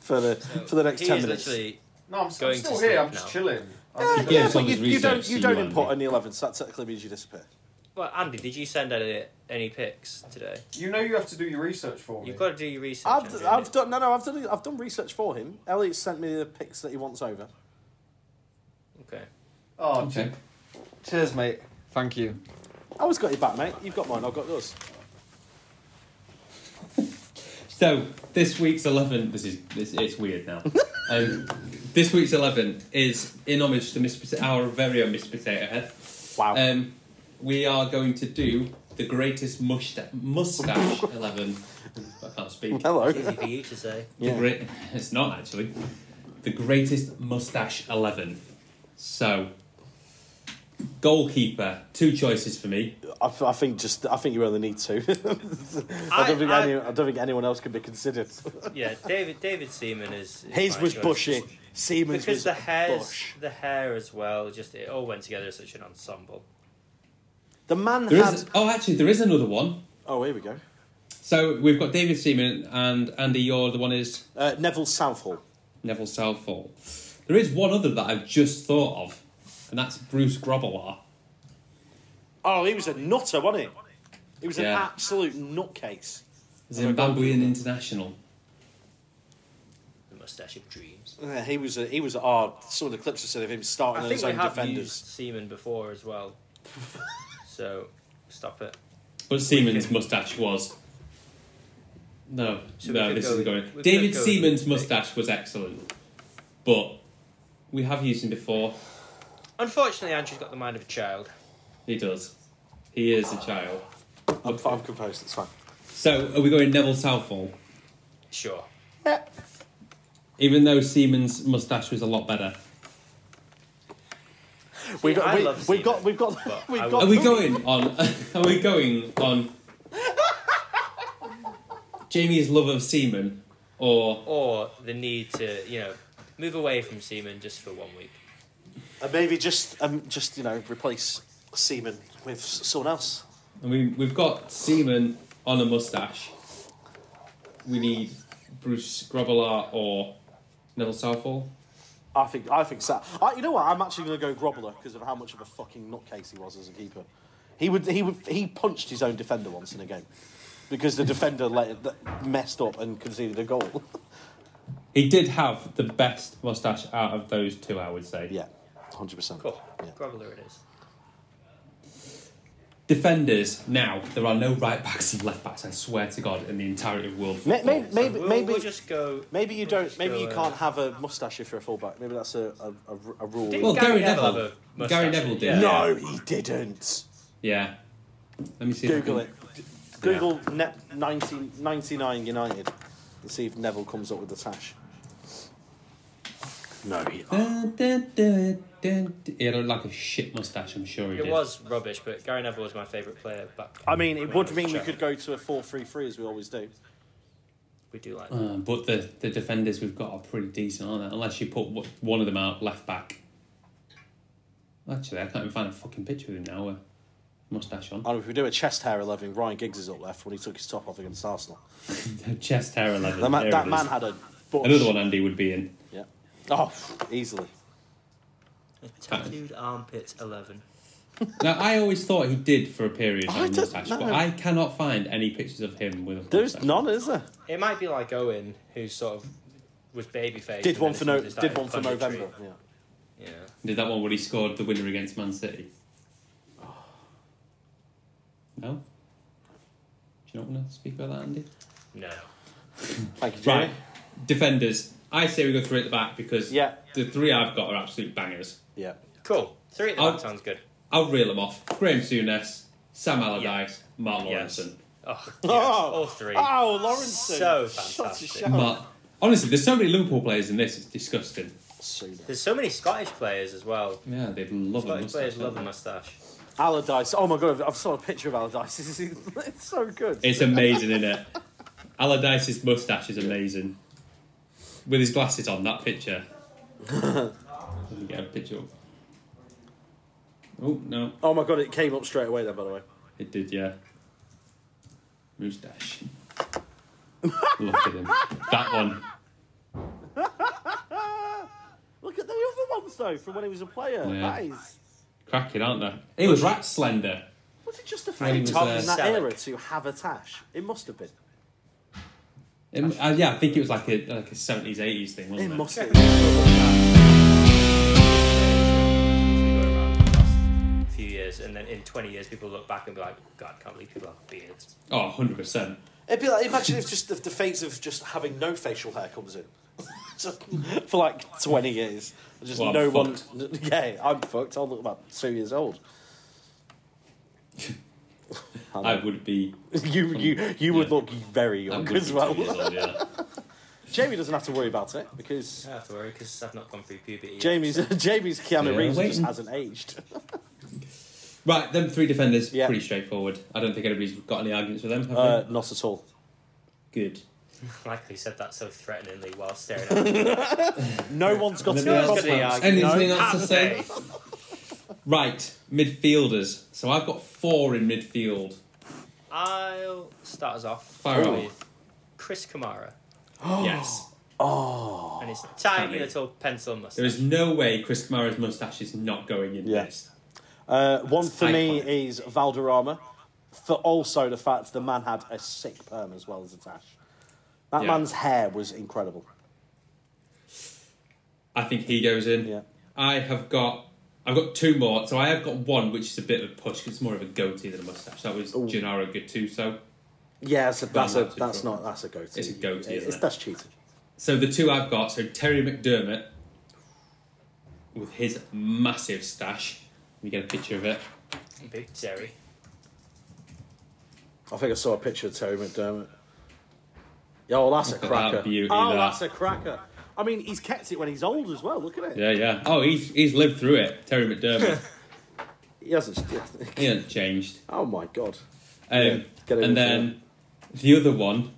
Speaker 4: for the for the next
Speaker 3: He
Speaker 4: ten
Speaker 3: is
Speaker 4: minutes.
Speaker 3: literally.
Speaker 6: no, I'm,
Speaker 3: going
Speaker 6: I'm still
Speaker 3: to
Speaker 6: here.
Speaker 3: sleep
Speaker 6: I'm just
Speaker 3: now.
Speaker 6: chilling. I'm
Speaker 4: Yeah,
Speaker 6: just-
Speaker 2: Yeah, it's
Speaker 4: but
Speaker 2: on
Speaker 4: you,
Speaker 2: his
Speaker 4: you don't
Speaker 2: research,
Speaker 4: you
Speaker 2: so
Speaker 4: don't
Speaker 2: you
Speaker 4: input
Speaker 2: won't
Speaker 4: on the eleven, so that technically means you disappear.
Speaker 3: Well, Andy, did you send any, any pics today?
Speaker 6: You know you have to do your research for me.
Speaker 3: You've got to do your research.
Speaker 4: I've,
Speaker 3: Andy.
Speaker 4: I've done no no I've done I've done research for him. Elliot sent me the pics that he wants over.
Speaker 3: Okay.
Speaker 6: oh,
Speaker 2: Okay.
Speaker 6: che- cheers, mate.
Speaker 5: Thank you.
Speaker 4: I always got your back, mate. You've got mine. I've got yours.
Speaker 2: So this week's eleven. This is this. It's weird now. um, this week's eleven is in homage to Miss Pota- our very own Miss Potato Head.
Speaker 4: Wow.
Speaker 2: Um, we are going to do the greatest musta- mustache eleven. I can't speak.
Speaker 4: Hello.
Speaker 3: It's easy for you to say.
Speaker 2: The great. It's not actually the greatest mustache eleven. So goalkeeper. Two choices for me.
Speaker 4: I, th- I think just I think you only need two. I,
Speaker 3: I-
Speaker 4: don't think
Speaker 3: I-
Speaker 4: any, I don't think anyone else can be considered.
Speaker 3: Yeah, David David Seaman is. is
Speaker 4: His
Speaker 3: my
Speaker 4: was
Speaker 3: choice.
Speaker 4: bushy. Siemens
Speaker 3: Because
Speaker 4: was
Speaker 3: the hair,
Speaker 4: bush.
Speaker 3: the hair as well, just it all went together as such an ensemble.
Speaker 4: The man
Speaker 2: There
Speaker 4: had.
Speaker 2: is. Oh, actually, there is another one.
Speaker 4: Oh, here we go.
Speaker 2: So we've got David Seaman and Andy. You're the one is
Speaker 4: Uh, Neville Southall.
Speaker 2: Neville Southall. There is one other that I've just thought of, and that's Bruce Grobbelaar.
Speaker 4: Oh, he was a nutter, wasn't he? He was an
Speaker 2: Yeah.
Speaker 4: absolute nutcase.
Speaker 2: Zimbabwean international.
Speaker 3: The mustache of dreams.
Speaker 4: Yeah, he was. A, he was. Oh, some of the clips I said of him starting
Speaker 3: I
Speaker 4: as
Speaker 3: think
Speaker 4: his
Speaker 3: we
Speaker 4: own
Speaker 3: have
Speaker 4: defenders.
Speaker 3: used Seaman before as well. so stop it.
Speaker 2: But Seaman's moustache was. No,
Speaker 3: So we
Speaker 2: no,
Speaker 3: could
Speaker 2: this
Speaker 3: go
Speaker 2: is
Speaker 3: with-
Speaker 2: going.
Speaker 3: we could
Speaker 2: David
Speaker 3: go with
Speaker 2: Seaman's
Speaker 3: Nick.
Speaker 2: moustache was excellent, but we have used him before.
Speaker 3: Unfortunately, Andrew's got the mind of a child.
Speaker 2: He does. He is a child.
Speaker 4: I'm, I'm composed. It's fine.
Speaker 2: So are we going Neville Southall?
Speaker 3: Sure.
Speaker 2: Even though Seaman's moustache was a lot better.
Speaker 4: We've
Speaker 3: I
Speaker 4: got. We,
Speaker 3: love
Speaker 4: we've got.
Speaker 3: Seaman,
Speaker 4: We've got.
Speaker 3: but
Speaker 4: We've
Speaker 3: I
Speaker 4: got.
Speaker 2: Are we going on? Are we going on? Jamie's love of semen, or
Speaker 3: Or the need to, you know, move away from Seaman just for one week.
Speaker 4: Uh, maybe just. Um. Just you know, replace Seaman with s- someone else.
Speaker 2: I mean, we've got semen on a mustache. We need Bruce Grobbelaar or Neville Southall.
Speaker 4: I think. I think so. I, you know what? I'm actually going to go Grobbler because of how much of a fucking nutcase he was as a keeper. He would. He would. He punched his own defender once in a game because the defender let, that messed up and conceded a goal.
Speaker 2: He did have the best mustache out of those two, I would say.
Speaker 4: yeah, hundred percent.
Speaker 3: Cool.
Speaker 4: Yeah.
Speaker 3: Groveler it is.
Speaker 2: Defenders now there are no right backs and left backs. I swear to God, in the entirety of world
Speaker 4: May-
Speaker 2: football.
Speaker 4: may- Maybe.
Speaker 3: We'll,
Speaker 4: Maybe.
Speaker 3: we'll just go.
Speaker 4: Maybe you
Speaker 3: we'll
Speaker 4: don't.
Speaker 3: just
Speaker 4: Maybe
Speaker 3: go,
Speaker 4: you
Speaker 3: uh,
Speaker 4: can't have a mustache if you're a fullback. Maybe that's a a, a, a rule.
Speaker 3: Didn't
Speaker 2: Well, Gary
Speaker 3: have
Speaker 2: Neville-
Speaker 3: a mustache?
Speaker 2: Gary Neville did.
Speaker 3: Yeah.
Speaker 4: no, he didn't.
Speaker 2: yeah. Let me see. if I
Speaker 4: Google
Speaker 2: can-
Speaker 4: it. Google net 90, 99 United and see if Neville comes up with the tash. No, he.
Speaker 2: Dun, dun, dun, dun, dun. He had a- like a shit mustache, I'm sure he
Speaker 3: It
Speaker 2: did.
Speaker 3: was rubbish, but Gary Neville was my favourite player back.
Speaker 4: I mean, it would mean we
Speaker 3: Chelsea.
Speaker 4: could go to a 4 3 3 as we always do.
Speaker 3: We do like that.
Speaker 2: Uh, but the, the defenders we've got are pretty decent, aren't they? Unless you put w- one of them out left back. Actually, I can't even find a fucking picture of him now. With mustache on,
Speaker 4: And if we do a chest hair 11, Ryan Giggs is up left when he took his top off against Arsenal.
Speaker 2: chest hair eleven.
Speaker 4: That man,
Speaker 2: There
Speaker 4: that
Speaker 2: it
Speaker 4: man
Speaker 2: is.
Speaker 4: had a. Bush.
Speaker 2: Another one Andy would be in.
Speaker 4: Yeah. Oh, easily.
Speaker 3: Tattooed armpits eleven.
Speaker 2: Now I always thought he did for a period
Speaker 4: I
Speaker 2: have a
Speaker 4: don't
Speaker 2: mustache, but
Speaker 4: know.
Speaker 2: I cannot find any pictures of him with a
Speaker 4: There's
Speaker 2: mustache.
Speaker 4: none, is there?
Speaker 3: It might be like Owen, who sort of was babyface.
Speaker 4: Did
Speaker 3: and
Speaker 4: one
Speaker 3: then
Speaker 4: for
Speaker 3: as
Speaker 4: no,
Speaker 3: soon as they
Speaker 4: did one for
Speaker 3: started punditry-
Speaker 4: November. Yeah.
Speaker 3: Yeah.
Speaker 2: Did that one where he scored the winner against Man City? No. Do you not want to speak about that, Andy?
Speaker 3: No.
Speaker 4: Thank you, Jerry.
Speaker 2: Right. Defenders. I say we go three at the back because
Speaker 4: Yeah.
Speaker 2: the three I've got are absolute bangers.
Speaker 4: Yeah.
Speaker 3: Cool. Three at the
Speaker 4: Uh,
Speaker 2: I'll-
Speaker 3: back sounds good.
Speaker 2: I'll reel them off. Graham Souness, Sam Allardyce, Mark
Speaker 3: Yes.
Speaker 2: Lawrenson.
Speaker 3: Oh, yes,
Speaker 4: Oh.
Speaker 3: all three.
Speaker 2: Ah.
Speaker 4: Oh, Lawrence.
Speaker 3: So
Speaker 4: Shot a
Speaker 3: fantastic.
Speaker 4: shot.
Speaker 2: Mark, Honestly, there's so many Liverpool players in this. It's disgusting.
Speaker 3: There's so many Scottish players as well.
Speaker 2: Yeah, they'd love a
Speaker 3: Scottish
Speaker 2: mustache.
Speaker 3: players love a
Speaker 2: don't
Speaker 3: mustache.
Speaker 4: Allardyce. Oh my god, I've saw a picture of Allardyce. It's so good.
Speaker 2: they? It's amazing, isn't it? Allardyce's mustache is amazing. With his glasses on, that picture. Let me get a picture. up. Oh no,
Speaker 4: oh my god, it came up straight away then, by the way.
Speaker 2: it did. Yeah, mustache. Look at him. That one.
Speaker 4: Look at the other ones though, from when he was a player.
Speaker 2: Yeah.
Speaker 4: That is.
Speaker 2: Cracking, aren't they? He was rat slender.
Speaker 4: Was it just a
Speaker 2: he
Speaker 4: few
Speaker 2: was,
Speaker 4: top
Speaker 2: uh,
Speaker 4: in that
Speaker 3: Selleck.
Speaker 4: era to have a tash? It must have been.
Speaker 2: It, uh, yeah, I think it was like a like a seventies, eighties thing,
Speaker 4: It
Speaker 2: wasn't it?
Speaker 4: must have been.
Speaker 3: Going around the last few years, and then in 20 years, people look back and be like, God, I can't believe people have beards.
Speaker 2: Oh, 100 percent.
Speaker 7: It'd be like imagine if just the, the phase of just having no facial hair comes in Just-
Speaker 4: For like 20 years. Just
Speaker 2: Well, I'm
Speaker 4: no one. Yeah, I'm fucked. I'll look about two years old.
Speaker 2: I would be.
Speaker 4: You, you, you would
Speaker 2: Yeah.
Speaker 4: look very
Speaker 2: I would
Speaker 4: young
Speaker 2: be
Speaker 4: as
Speaker 2: two
Speaker 4: well.
Speaker 2: years old, yeah.
Speaker 4: Jamie doesn't have to worry about it because
Speaker 3: I have to worry because I've not gone through puberty. yet.
Speaker 4: Jamie's Jamie's Keanu
Speaker 2: Yeah,
Speaker 4: Reeves
Speaker 2: wait
Speaker 4: just
Speaker 2: and-
Speaker 4: hasn't aged.
Speaker 2: Right, them three defenders,
Speaker 4: Yeah.
Speaker 2: pretty straightforward. I don't think anybody's got any arguments with them. Have
Speaker 4: Uh, not at all.
Speaker 2: they? Good.
Speaker 3: Likely said that so threateningly while staring at me.
Speaker 4: No one's got
Speaker 2: Anything
Speaker 4: any
Speaker 2: else-
Speaker 4: problem.
Speaker 2: Anything
Speaker 4: No.
Speaker 2: else to say? Right, midfielders. So I've got four in midfield.
Speaker 3: I'll start us off
Speaker 2: Fire off.
Speaker 3: with Chris Kamara
Speaker 2: yes,
Speaker 3: and his tiny
Speaker 2: Funny.
Speaker 3: little pencil mustache.
Speaker 2: there is no way Chris Kamara's mustache is not going in
Speaker 4: Yeah.
Speaker 2: this.
Speaker 4: Uh, one for me
Speaker 2: Iconic.
Speaker 4: is Valderrama, for also the fact the man had a sick perm as well as a tash. That
Speaker 2: Yeah.
Speaker 4: man's hair was incredible.
Speaker 2: I think he goes in.
Speaker 4: Yeah.
Speaker 2: I have got. I've got two more, so I have got one which is a bit of a push 'cause it's more of a goatee than a mustache. That was Gennaro Gattuso.
Speaker 4: Yeah, that's a, that's,
Speaker 2: Well,
Speaker 4: a,
Speaker 2: that's a
Speaker 4: that's
Speaker 2: problem.
Speaker 4: not that's a goatee.
Speaker 2: It's a goatee, isn't
Speaker 4: It's,
Speaker 2: it?
Speaker 4: that's cheating.
Speaker 2: So the two I've got, so Terry McDermott with his massive stash. Let me get a picture of it.
Speaker 3: Big Terry.
Speaker 4: I think I saw a picture of Terry McDermott. Yeah, well, that's a
Speaker 2: Look at
Speaker 4: cracker.
Speaker 2: that beauty,
Speaker 4: oh,
Speaker 2: that.
Speaker 4: that's a cracker. I mean, he's kept it when he's old as well. Look at it.
Speaker 2: Yeah, yeah. Oh, he's he's lived through it. Terry McDermott.
Speaker 4: He hasn't.
Speaker 2: he hasn't changed.
Speaker 4: Oh my god.
Speaker 2: Um,
Speaker 4: Yeah, get it in
Speaker 2: and then the other one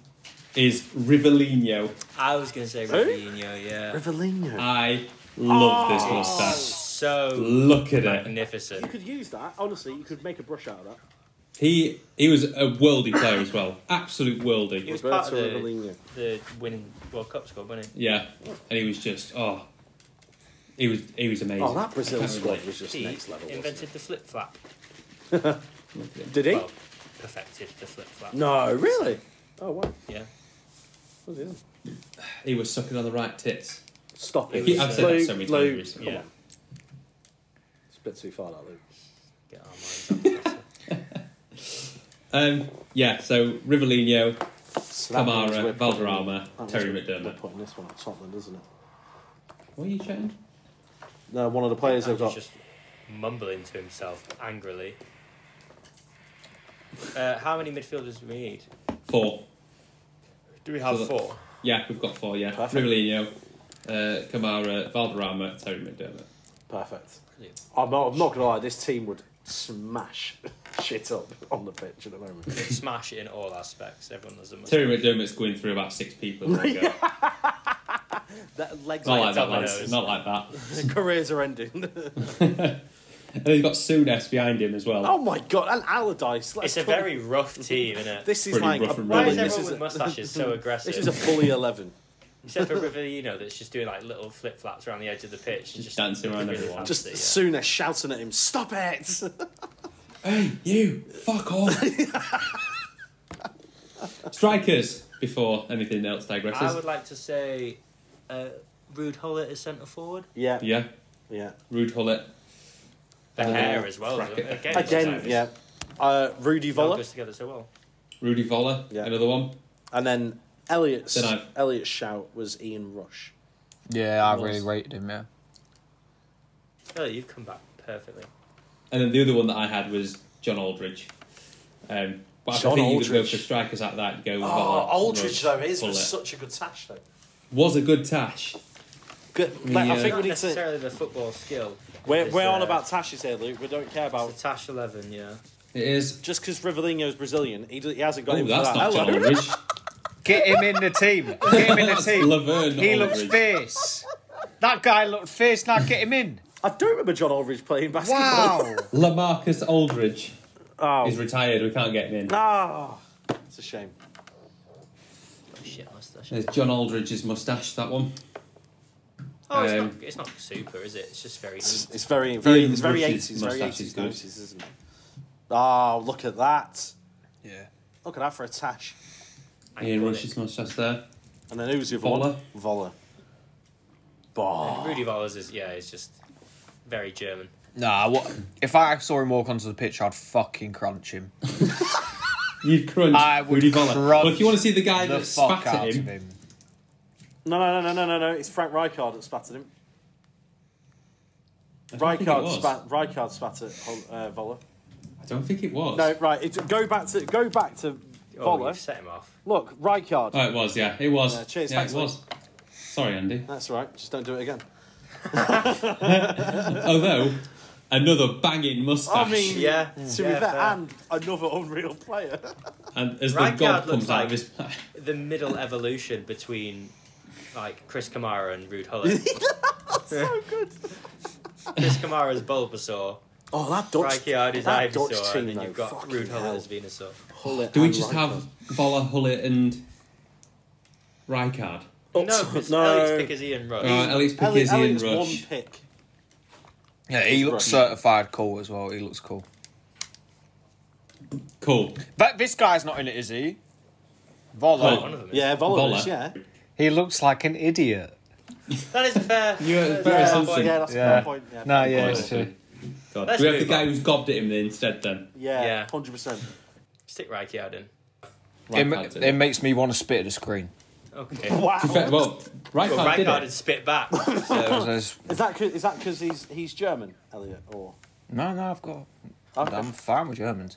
Speaker 2: is Rivellino.
Speaker 3: I was going to say Ronaldinho, yeah.
Speaker 4: Rivellino.
Speaker 2: I love this
Speaker 4: Oh.
Speaker 2: mustache.
Speaker 3: So
Speaker 2: Look at it.
Speaker 4: You
Speaker 3: magnificent.
Speaker 4: could use that. Honestly, you could make a brush out of that.
Speaker 2: He he was a worldy player as well. Absolute
Speaker 3: He
Speaker 2: worldy.
Speaker 3: was part of
Speaker 4: Roberto
Speaker 3: the,
Speaker 4: Rivellino.
Speaker 3: the winning World Cup squad, wasn't he?
Speaker 2: Yeah, and he was just oh, he was he was amazing.
Speaker 4: Oh, that Brazil
Speaker 2: Can't
Speaker 4: squad
Speaker 2: relate.
Speaker 4: was just
Speaker 3: He
Speaker 4: next level. wasn't
Speaker 3: invented the flip flap.
Speaker 4: it? Did he?
Speaker 3: Well, perfected the flip flap.
Speaker 4: No, really? Oh, wow.
Speaker 3: Yeah.
Speaker 4: Bloody hell.
Speaker 2: He was sucking on the right tits.
Speaker 4: Stop it.
Speaker 2: He- I've said that so many times
Speaker 4: Luke,
Speaker 2: recently.
Speaker 4: come
Speaker 3: Yeah.
Speaker 4: on. It's a bit too far, that Luke.
Speaker 3: Get our minds up. Russell.
Speaker 2: Um, yeah, so Rivellino,
Speaker 4: So that means
Speaker 2: Kamara,
Speaker 4: we're putting-
Speaker 2: Valderrama,
Speaker 4: that means
Speaker 2: Terry
Speaker 4: we're- We're
Speaker 2: McDermott.
Speaker 4: putting this one at top then, isn't it?
Speaker 2: What are you chatting?
Speaker 4: No, one of the players I've
Speaker 3: He's
Speaker 4: got.
Speaker 3: just mumbling to himself angrily. Uh, how many midfielders do we need?
Speaker 2: Four.
Speaker 3: Do we have
Speaker 2: So-
Speaker 3: four?
Speaker 2: Yeah, we've got four, yeah.
Speaker 4: Perfect.
Speaker 2: Rivellino, uh, Kamara, Valderrama, Terry McDermott.
Speaker 4: Perfect.
Speaker 3: Brilliant.
Speaker 4: I'm not, I'm not going to lie, this team would smash shit up on the pitch at the moment.
Speaker 3: Smash it in all aspects. Everyone does a must.
Speaker 2: Terry McDermott's going through about six people. in one go.
Speaker 4: That, legs
Speaker 2: Not
Speaker 4: are
Speaker 2: like that,
Speaker 3: top of
Speaker 2: lads.
Speaker 3: those.
Speaker 2: Not like that.
Speaker 4: careers are ending.
Speaker 2: And he's got Souness behind him as well.
Speaker 4: oh my god, and Allardyce. let's
Speaker 3: It's a
Speaker 4: talk-
Speaker 3: very rough team, isn't it?
Speaker 4: This is
Speaker 2: Pretty
Speaker 4: like
Speaker 2: rough
Speaker 4: a
Speaker 2: and
Speaker 3: Why
Speaker 2: really
Speaker 4: bully.
Speaker 2: nice.
Speaker 3: is
Speaker 4: This
Speaker 3: everyone
Speaker 4: is
Speaker 3: with
Speaker 4: a,
Speaker 3: mustaches so aggressive?
Speaker 4: this is a bully eleven.
Speaker 3: Except for Rivellino that's just doing like little flip flaps around the edge of the pitch. and
Speaker 2: Just dancing around everyone.
Speaker 4: Just
Speaker 3: fancy, yeah.
Speaker 4: sooner shouting at him, "Stop it!"
Speaker 2: Hey, you! Fuck off! Strikers, before anything else
Speaker 3: I
Speaker 2: digresses.
Speaker 3: would like to say uh, Rude Hullett is centre forward.
Speaker 4: yeah, yeah.
Speaker 2: Yeah, Rude Hullet.
Speaker 3: The
Speaker 4: Uh,
Speaker 3: hair as well.
Speaker 2: bracket.
Speaker 3: Again, it's
Speaker 4: Again,
Speaker 3: just-
Speaker 4: yeah. Uh, Rudy
Speaker 3: it all
Speaker 4: Voller,
Speaker 3: goes together so well.
Speaker 2: Rudy Voller,
Speaker 4: Yeah.
Speaker 2: another one.
Speaker 4: and then Elliot's
Speaker 2: Then I've-
Speaker 4: Elliot's shout was Ian Rush.
Speaker 5: Yeah, I
Speaker 2: Was.
Speaker 5: really rated him. Yeah.
Speaker 3: Oh, you've come back perfectly.
Speaker 2: And then the other one that I had was John Aldridge. Um, but
Speaker 4: John
Speaker 2: I think you could go
Speaker 4: Aldridge.
Speaker 2: for strikers like that. Go with
Speaker 7: oh,
Speaker 2: Voller,
Speaker 7: Aldridge
Speaker 2: Rudd,
Speaker 7: though his was
Speaker 2: Fuller.
Speaker 7: such a good tash though.
Speaker 2: was a good Tash.
Speaker 4: Good. Like,
Speaker 2: Yeah.
Speaker 4: I think we
Speaker 3: Not
Speaker 4: need to.
Speaker 3: necessarily the football skill.
Speaker 4: We're,
Speaker 3: It's,
Speaker 4: we're on
Speaker 3: uh,
Speaker 4: about Tashes here, Luke. We don't care about.
Speaker 3: It's a Tash 11, yeah.
Speaker 2: It is.
Speaker 4: Just because Rivellino's Brazilian, he, d- he hasn't got
Speaker 2: Oh,
Speaker 4: him for
Speaker 2: that's
Speaker 4: that.
Speaker 2: not John Aldridge.
Speaker 5: Get him in the team. Get him in the
Speaker 2: That's
Speaker 5: team.
Speaker 2: Laverne
Speaker 5: He looks
Speaker 2: Aldridge.
Speaker 5: fierce. That guy looked fierce. Now get him in.
Speaker 4: I don't remember John Aldridge playing basketball.
Speaker 5: Wow.
Speaker 2: Lamarcus Aldridge.
Speaker 4: Wow.
Speaker 2: He's retired. We can't get him in.
Speaker 4: Ah, it's a shame. Oh,
Speaker 3: Shit mustache.
Speaker 2: There's John Aldridge's mustache. That one.
Speaker 3: Oh, it's,
Speaker 2: Um,
Speaker 3: not, it's not super, is it? It's just very
Speaker 4: It's,
Speaker 3: neat.
Speaker 4: it's very, very,
Speaker 2: Ian
Speaker 4: it's very
Speaker 2: Rush's
Speaker 4: eighties, very
Speaker 2: moustache is
Speaker 4: eighties,
Speaker 2: good.
Speaker 4: nineties, isn't it? Oh, look at that!
Speaker 5: Yeah.
Speaker 4: Look at that for a tash.
Speaker 2: Ian
Speaker 3: Iconic.
Speaker 2: Rush's mustache there.
Speaker 4: And then who's your
Speaker 2: Voller.
Speaker 4: one? Voller. Bah.
Speaker 3: Rudy Vallers is, yeah, it's just very German.
Speaker 5: Nah, what, if I saw him walk onto the pitch, I'd fucking crunch him.
Speaker 2: You'd crunch
Speaker 5: I would
Speaker 2: Rudy Voller.
Speaker 5: crunch
Speaker 2: Well, if you want to see the guy
Speaker 5: The
Speaker 2: that
Speaker 5: fuck
Speaker 2: spat
Speaker 5: out
Speaker 2: at
Speaker 5: of
Speaker 2: him,
Speaker 5: him.
Speaker 4: No, no, no, no, no, no, no! It's Frank Rijkaard that spat at him.
Speaker 2: I don't think it
Speaker 4: Rijkaard
Speaker 2: was.
Speaker 4: spat. Rijkaard spat at Hol- uh, Voller.
Speaker 2: I don't think it was.
Speaker 4: No, right. It, go back to go back to
Speaker 3: Oh,
Speaker 4: Voller.
Speaker 3: you've set him off.
Speaker 4: Look, Rijkaard.
Speaker 2: Oh, it was. Yeah, it was.
Speaker 4: Yeah, cheers,
Speaker 2: yeah,
Speaker 4: thanks,
Speaker 2: it was. Sorry, Andy.
Speaker 4: That's right. Just don't do it again.
Speaker 3: Mm.
Speaker 2: Although another banging mustache,
Speaker 4: I mean,
Speaker 3: Yeah,
Speaker 4: To be
Speaker 3: yeah,
Speaker 4: fair,
Speaker 3: fair.
Speaker 4: and another unreal player.
Speaker 2: and as the
Speaker 3: Rijkaard
Speaker 2: god
Speaker 3: looks
Speaker 2: comes out
Speaker 3: like-
Speaker 2: of his.
Speaker 3: The middle evolution between like Chris Kamara and Rude Huller.
Speaker 4: so good.
Speaker 3: Chris Kamara's Bulbasaur,
Speaker 4: Oh, that Dutch.
Speaker 3: Rijkaard is
Speaker 4: that Dutch
Speaker 3: Ivysaur,
Speaker 4: team,
Speaker 3: and then
Speaker 4: though,
Speaker 3: you've got
Speaker 4: fucking
Speaker 3: Rude
Speaker 4: hell.
Speaker 3: Huller's Venusaur.
Speaker 4: Hullet
Speaker 2: Do we
Speaker 4: and
Speaker 2: just
Speaker 4: Rijkaard.
Speaker 2: have Voller, Hullet, and Rijkaard?
Speaker 3: No,
Speaker 4: Up-
Speaker 3: because
Speaker 4: no.
Speaker 3: Elliott's pick is Ian Rush.
Speaker 2: Uh, Elliott's pick
Speaker 4: Ellie,
Speaker 2: is Ian
Speaker 4: Ellie's one
Speaker 2: Rush.
Speaker 4: pick.
Speaker 5: Yeah, he looks
Speaker 4: Right.
Speaker 5: certified cool as well. He looks cool.
Speaker 2: Cool.
Speaker 5: But this guy's not in it, is he?
Speaker 2: Oh.
Speaker 5: Volo.
Speaker 3: One of them is.
Speaker 4: Yeah, Voller.
Speaker 2: Voller.
Speaker 4: Yeah.
Speaker 5: He looks like an idiot.
Speaker 3: That is fair.
Speaker 2: You were
Speaker 3: That
Speaker 2: very
Speaker 3: is a fair
Speaker 2: something.
Speaker 3: point.
Speaker 4: yeah, that's a
Speaker 5: Yeah.
Speaker 4: fair point. Yeah,
Speaker 5: No, yeah,
Speaker 2: Honestly.
Speaker 5: it's true.
Speaker 2: God.
Speaker 3: Let's
Speaker 2: Do we have the
Speaker 3: move
Speaker 2: guy
Speaker 3: on.
Speaker 2: who's gobbed at him then instead then?
Speaker 4: yeah,
Speaker 3: Yeah.
Speaker 4: hundred percent.
Speaker 3: Stick Rijkaard in.
Speaker 5: It, ma-
Speaker 2: Rijkaard's in
Speaker 5: it
Speaker 2: it.
Speaker 5: makes me want to spit at a screen.
Speaker 3: Okay.
Speaker 4: Wow.
Speaker 2: To be fair- Well, Rijkaard,
Speaker 3: Well,
Speaker 2: did
Speaker 3: Rijkaard
Speaker 2: it.
Speaker 3: had spit back.
Speaker 5: So
Speaker 3: So.
Speaker 5: there's-
Speaker 4: Is that 'cause- is that because he's he's German, Elliot, or?
Speaker 5: no, no, I've got.
Speaker 4: Okay.
Speaker 5: I'm fine with Germans.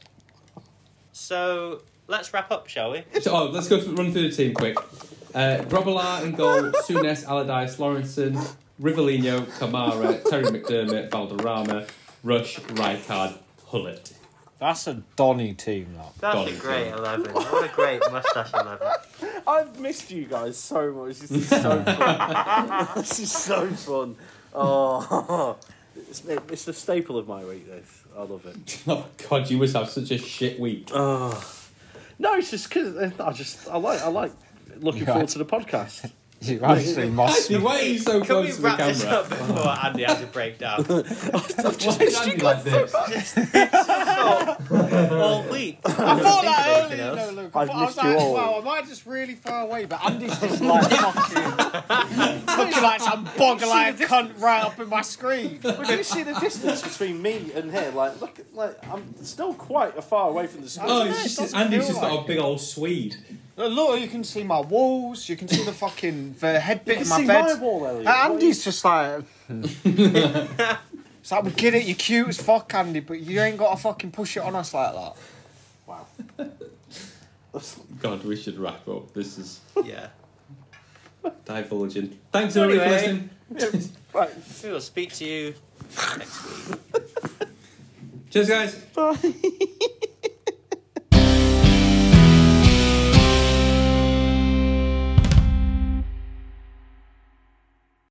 Speaker 3: so let's wrap up, shall we?
Speaker 2: So, oh, let's go through, run through the team quick. Uh, Grobbelaar in goal, Sunes, Allardyce, Lawrenson, Rivellino, Kamara, Terry McDermott, Valderrama, Rush, Rijkaard, Hullet.
Speaker 5: That's a Donny team, that.
Speaker 3: That's
Speaker 2: Golly,
Speaker 3: a great
Speaker 2: yeah.
Speaker 3: eleven. What a great mustache eleven.
Speaker 4: I've missed you guys so much. This is so fun. this is so fun. Oh, it's, it's the staple of my week. This I love it.
Speaker 2: Oh God, you must have such a shit week.
Speaker 4: Oh. No, it's just because I just I like I like looking
Speaker 5: Yeah.
Speaker 4: forward to the podcast.
Speaker 5: You actually must.
Speaker 2: Andy, why are you so
Speaker 3: Can we
Speaker 2: close to the
Speaker 3: wrap this
Speaker 2: camera?
Speaker 3: up before Andy has a breakdown?
Speaker 2: Why did Andy like this?
Speaker 3: All week.
Speaker 1: I thought that
Speaker 3: anything
Speaker 1: earlier, though, Luke. I,
Speaker 4: I've
Speaker 1: thought, I was
Speaker 4: missed you
Speaker 1: like,
Speaker 4: all.
Speaker 1: wow, am I just really far away? But Andy's just like fucking looking like some boggle-eyed cunt right up in my screen.
Speaker 4: But do you see the distance between me and here? Like, look, like I'm still quite far away from the screen.
Speaker 2: Oh,
Speaker 1: Yeah,
Speaker 2: it's
Speaker 1: it
Speaker 2: just,
Speaker 1: doesn't
Speaker 2: Andy's
Speaker 1: feel
Speaker 2: just
Speaker 1: like
Speaker 2: got a big old Swede.
Speaker 1: Look, Look, you can see my walls. You can see the fucking the head
Speaker 4: you
Speaker 1: bit
Speaker 4: can
Speaker 1: of
Speaker 4: see
Speaker 1: my bed.
Speaker 4: my wall, Elliot.
Speaker 1: Uh, Andy's just like. it's like we get it. You're cute as fuck, Andy, but you ain't got to fucking push it on us like that.
Speaker 4: Wow.
Speaker 2: God, we should wrap up. This is
Speaker 3: Yeah.
Speaker 2: divulging. Thanks everybody for
Speaker 3: Anyway.
Speaker 2: listening.
Speaker 4: Right.
Speaker 3: We will speak to you
Speaker 2: Cheers, guys.
Speaker 4: Bye.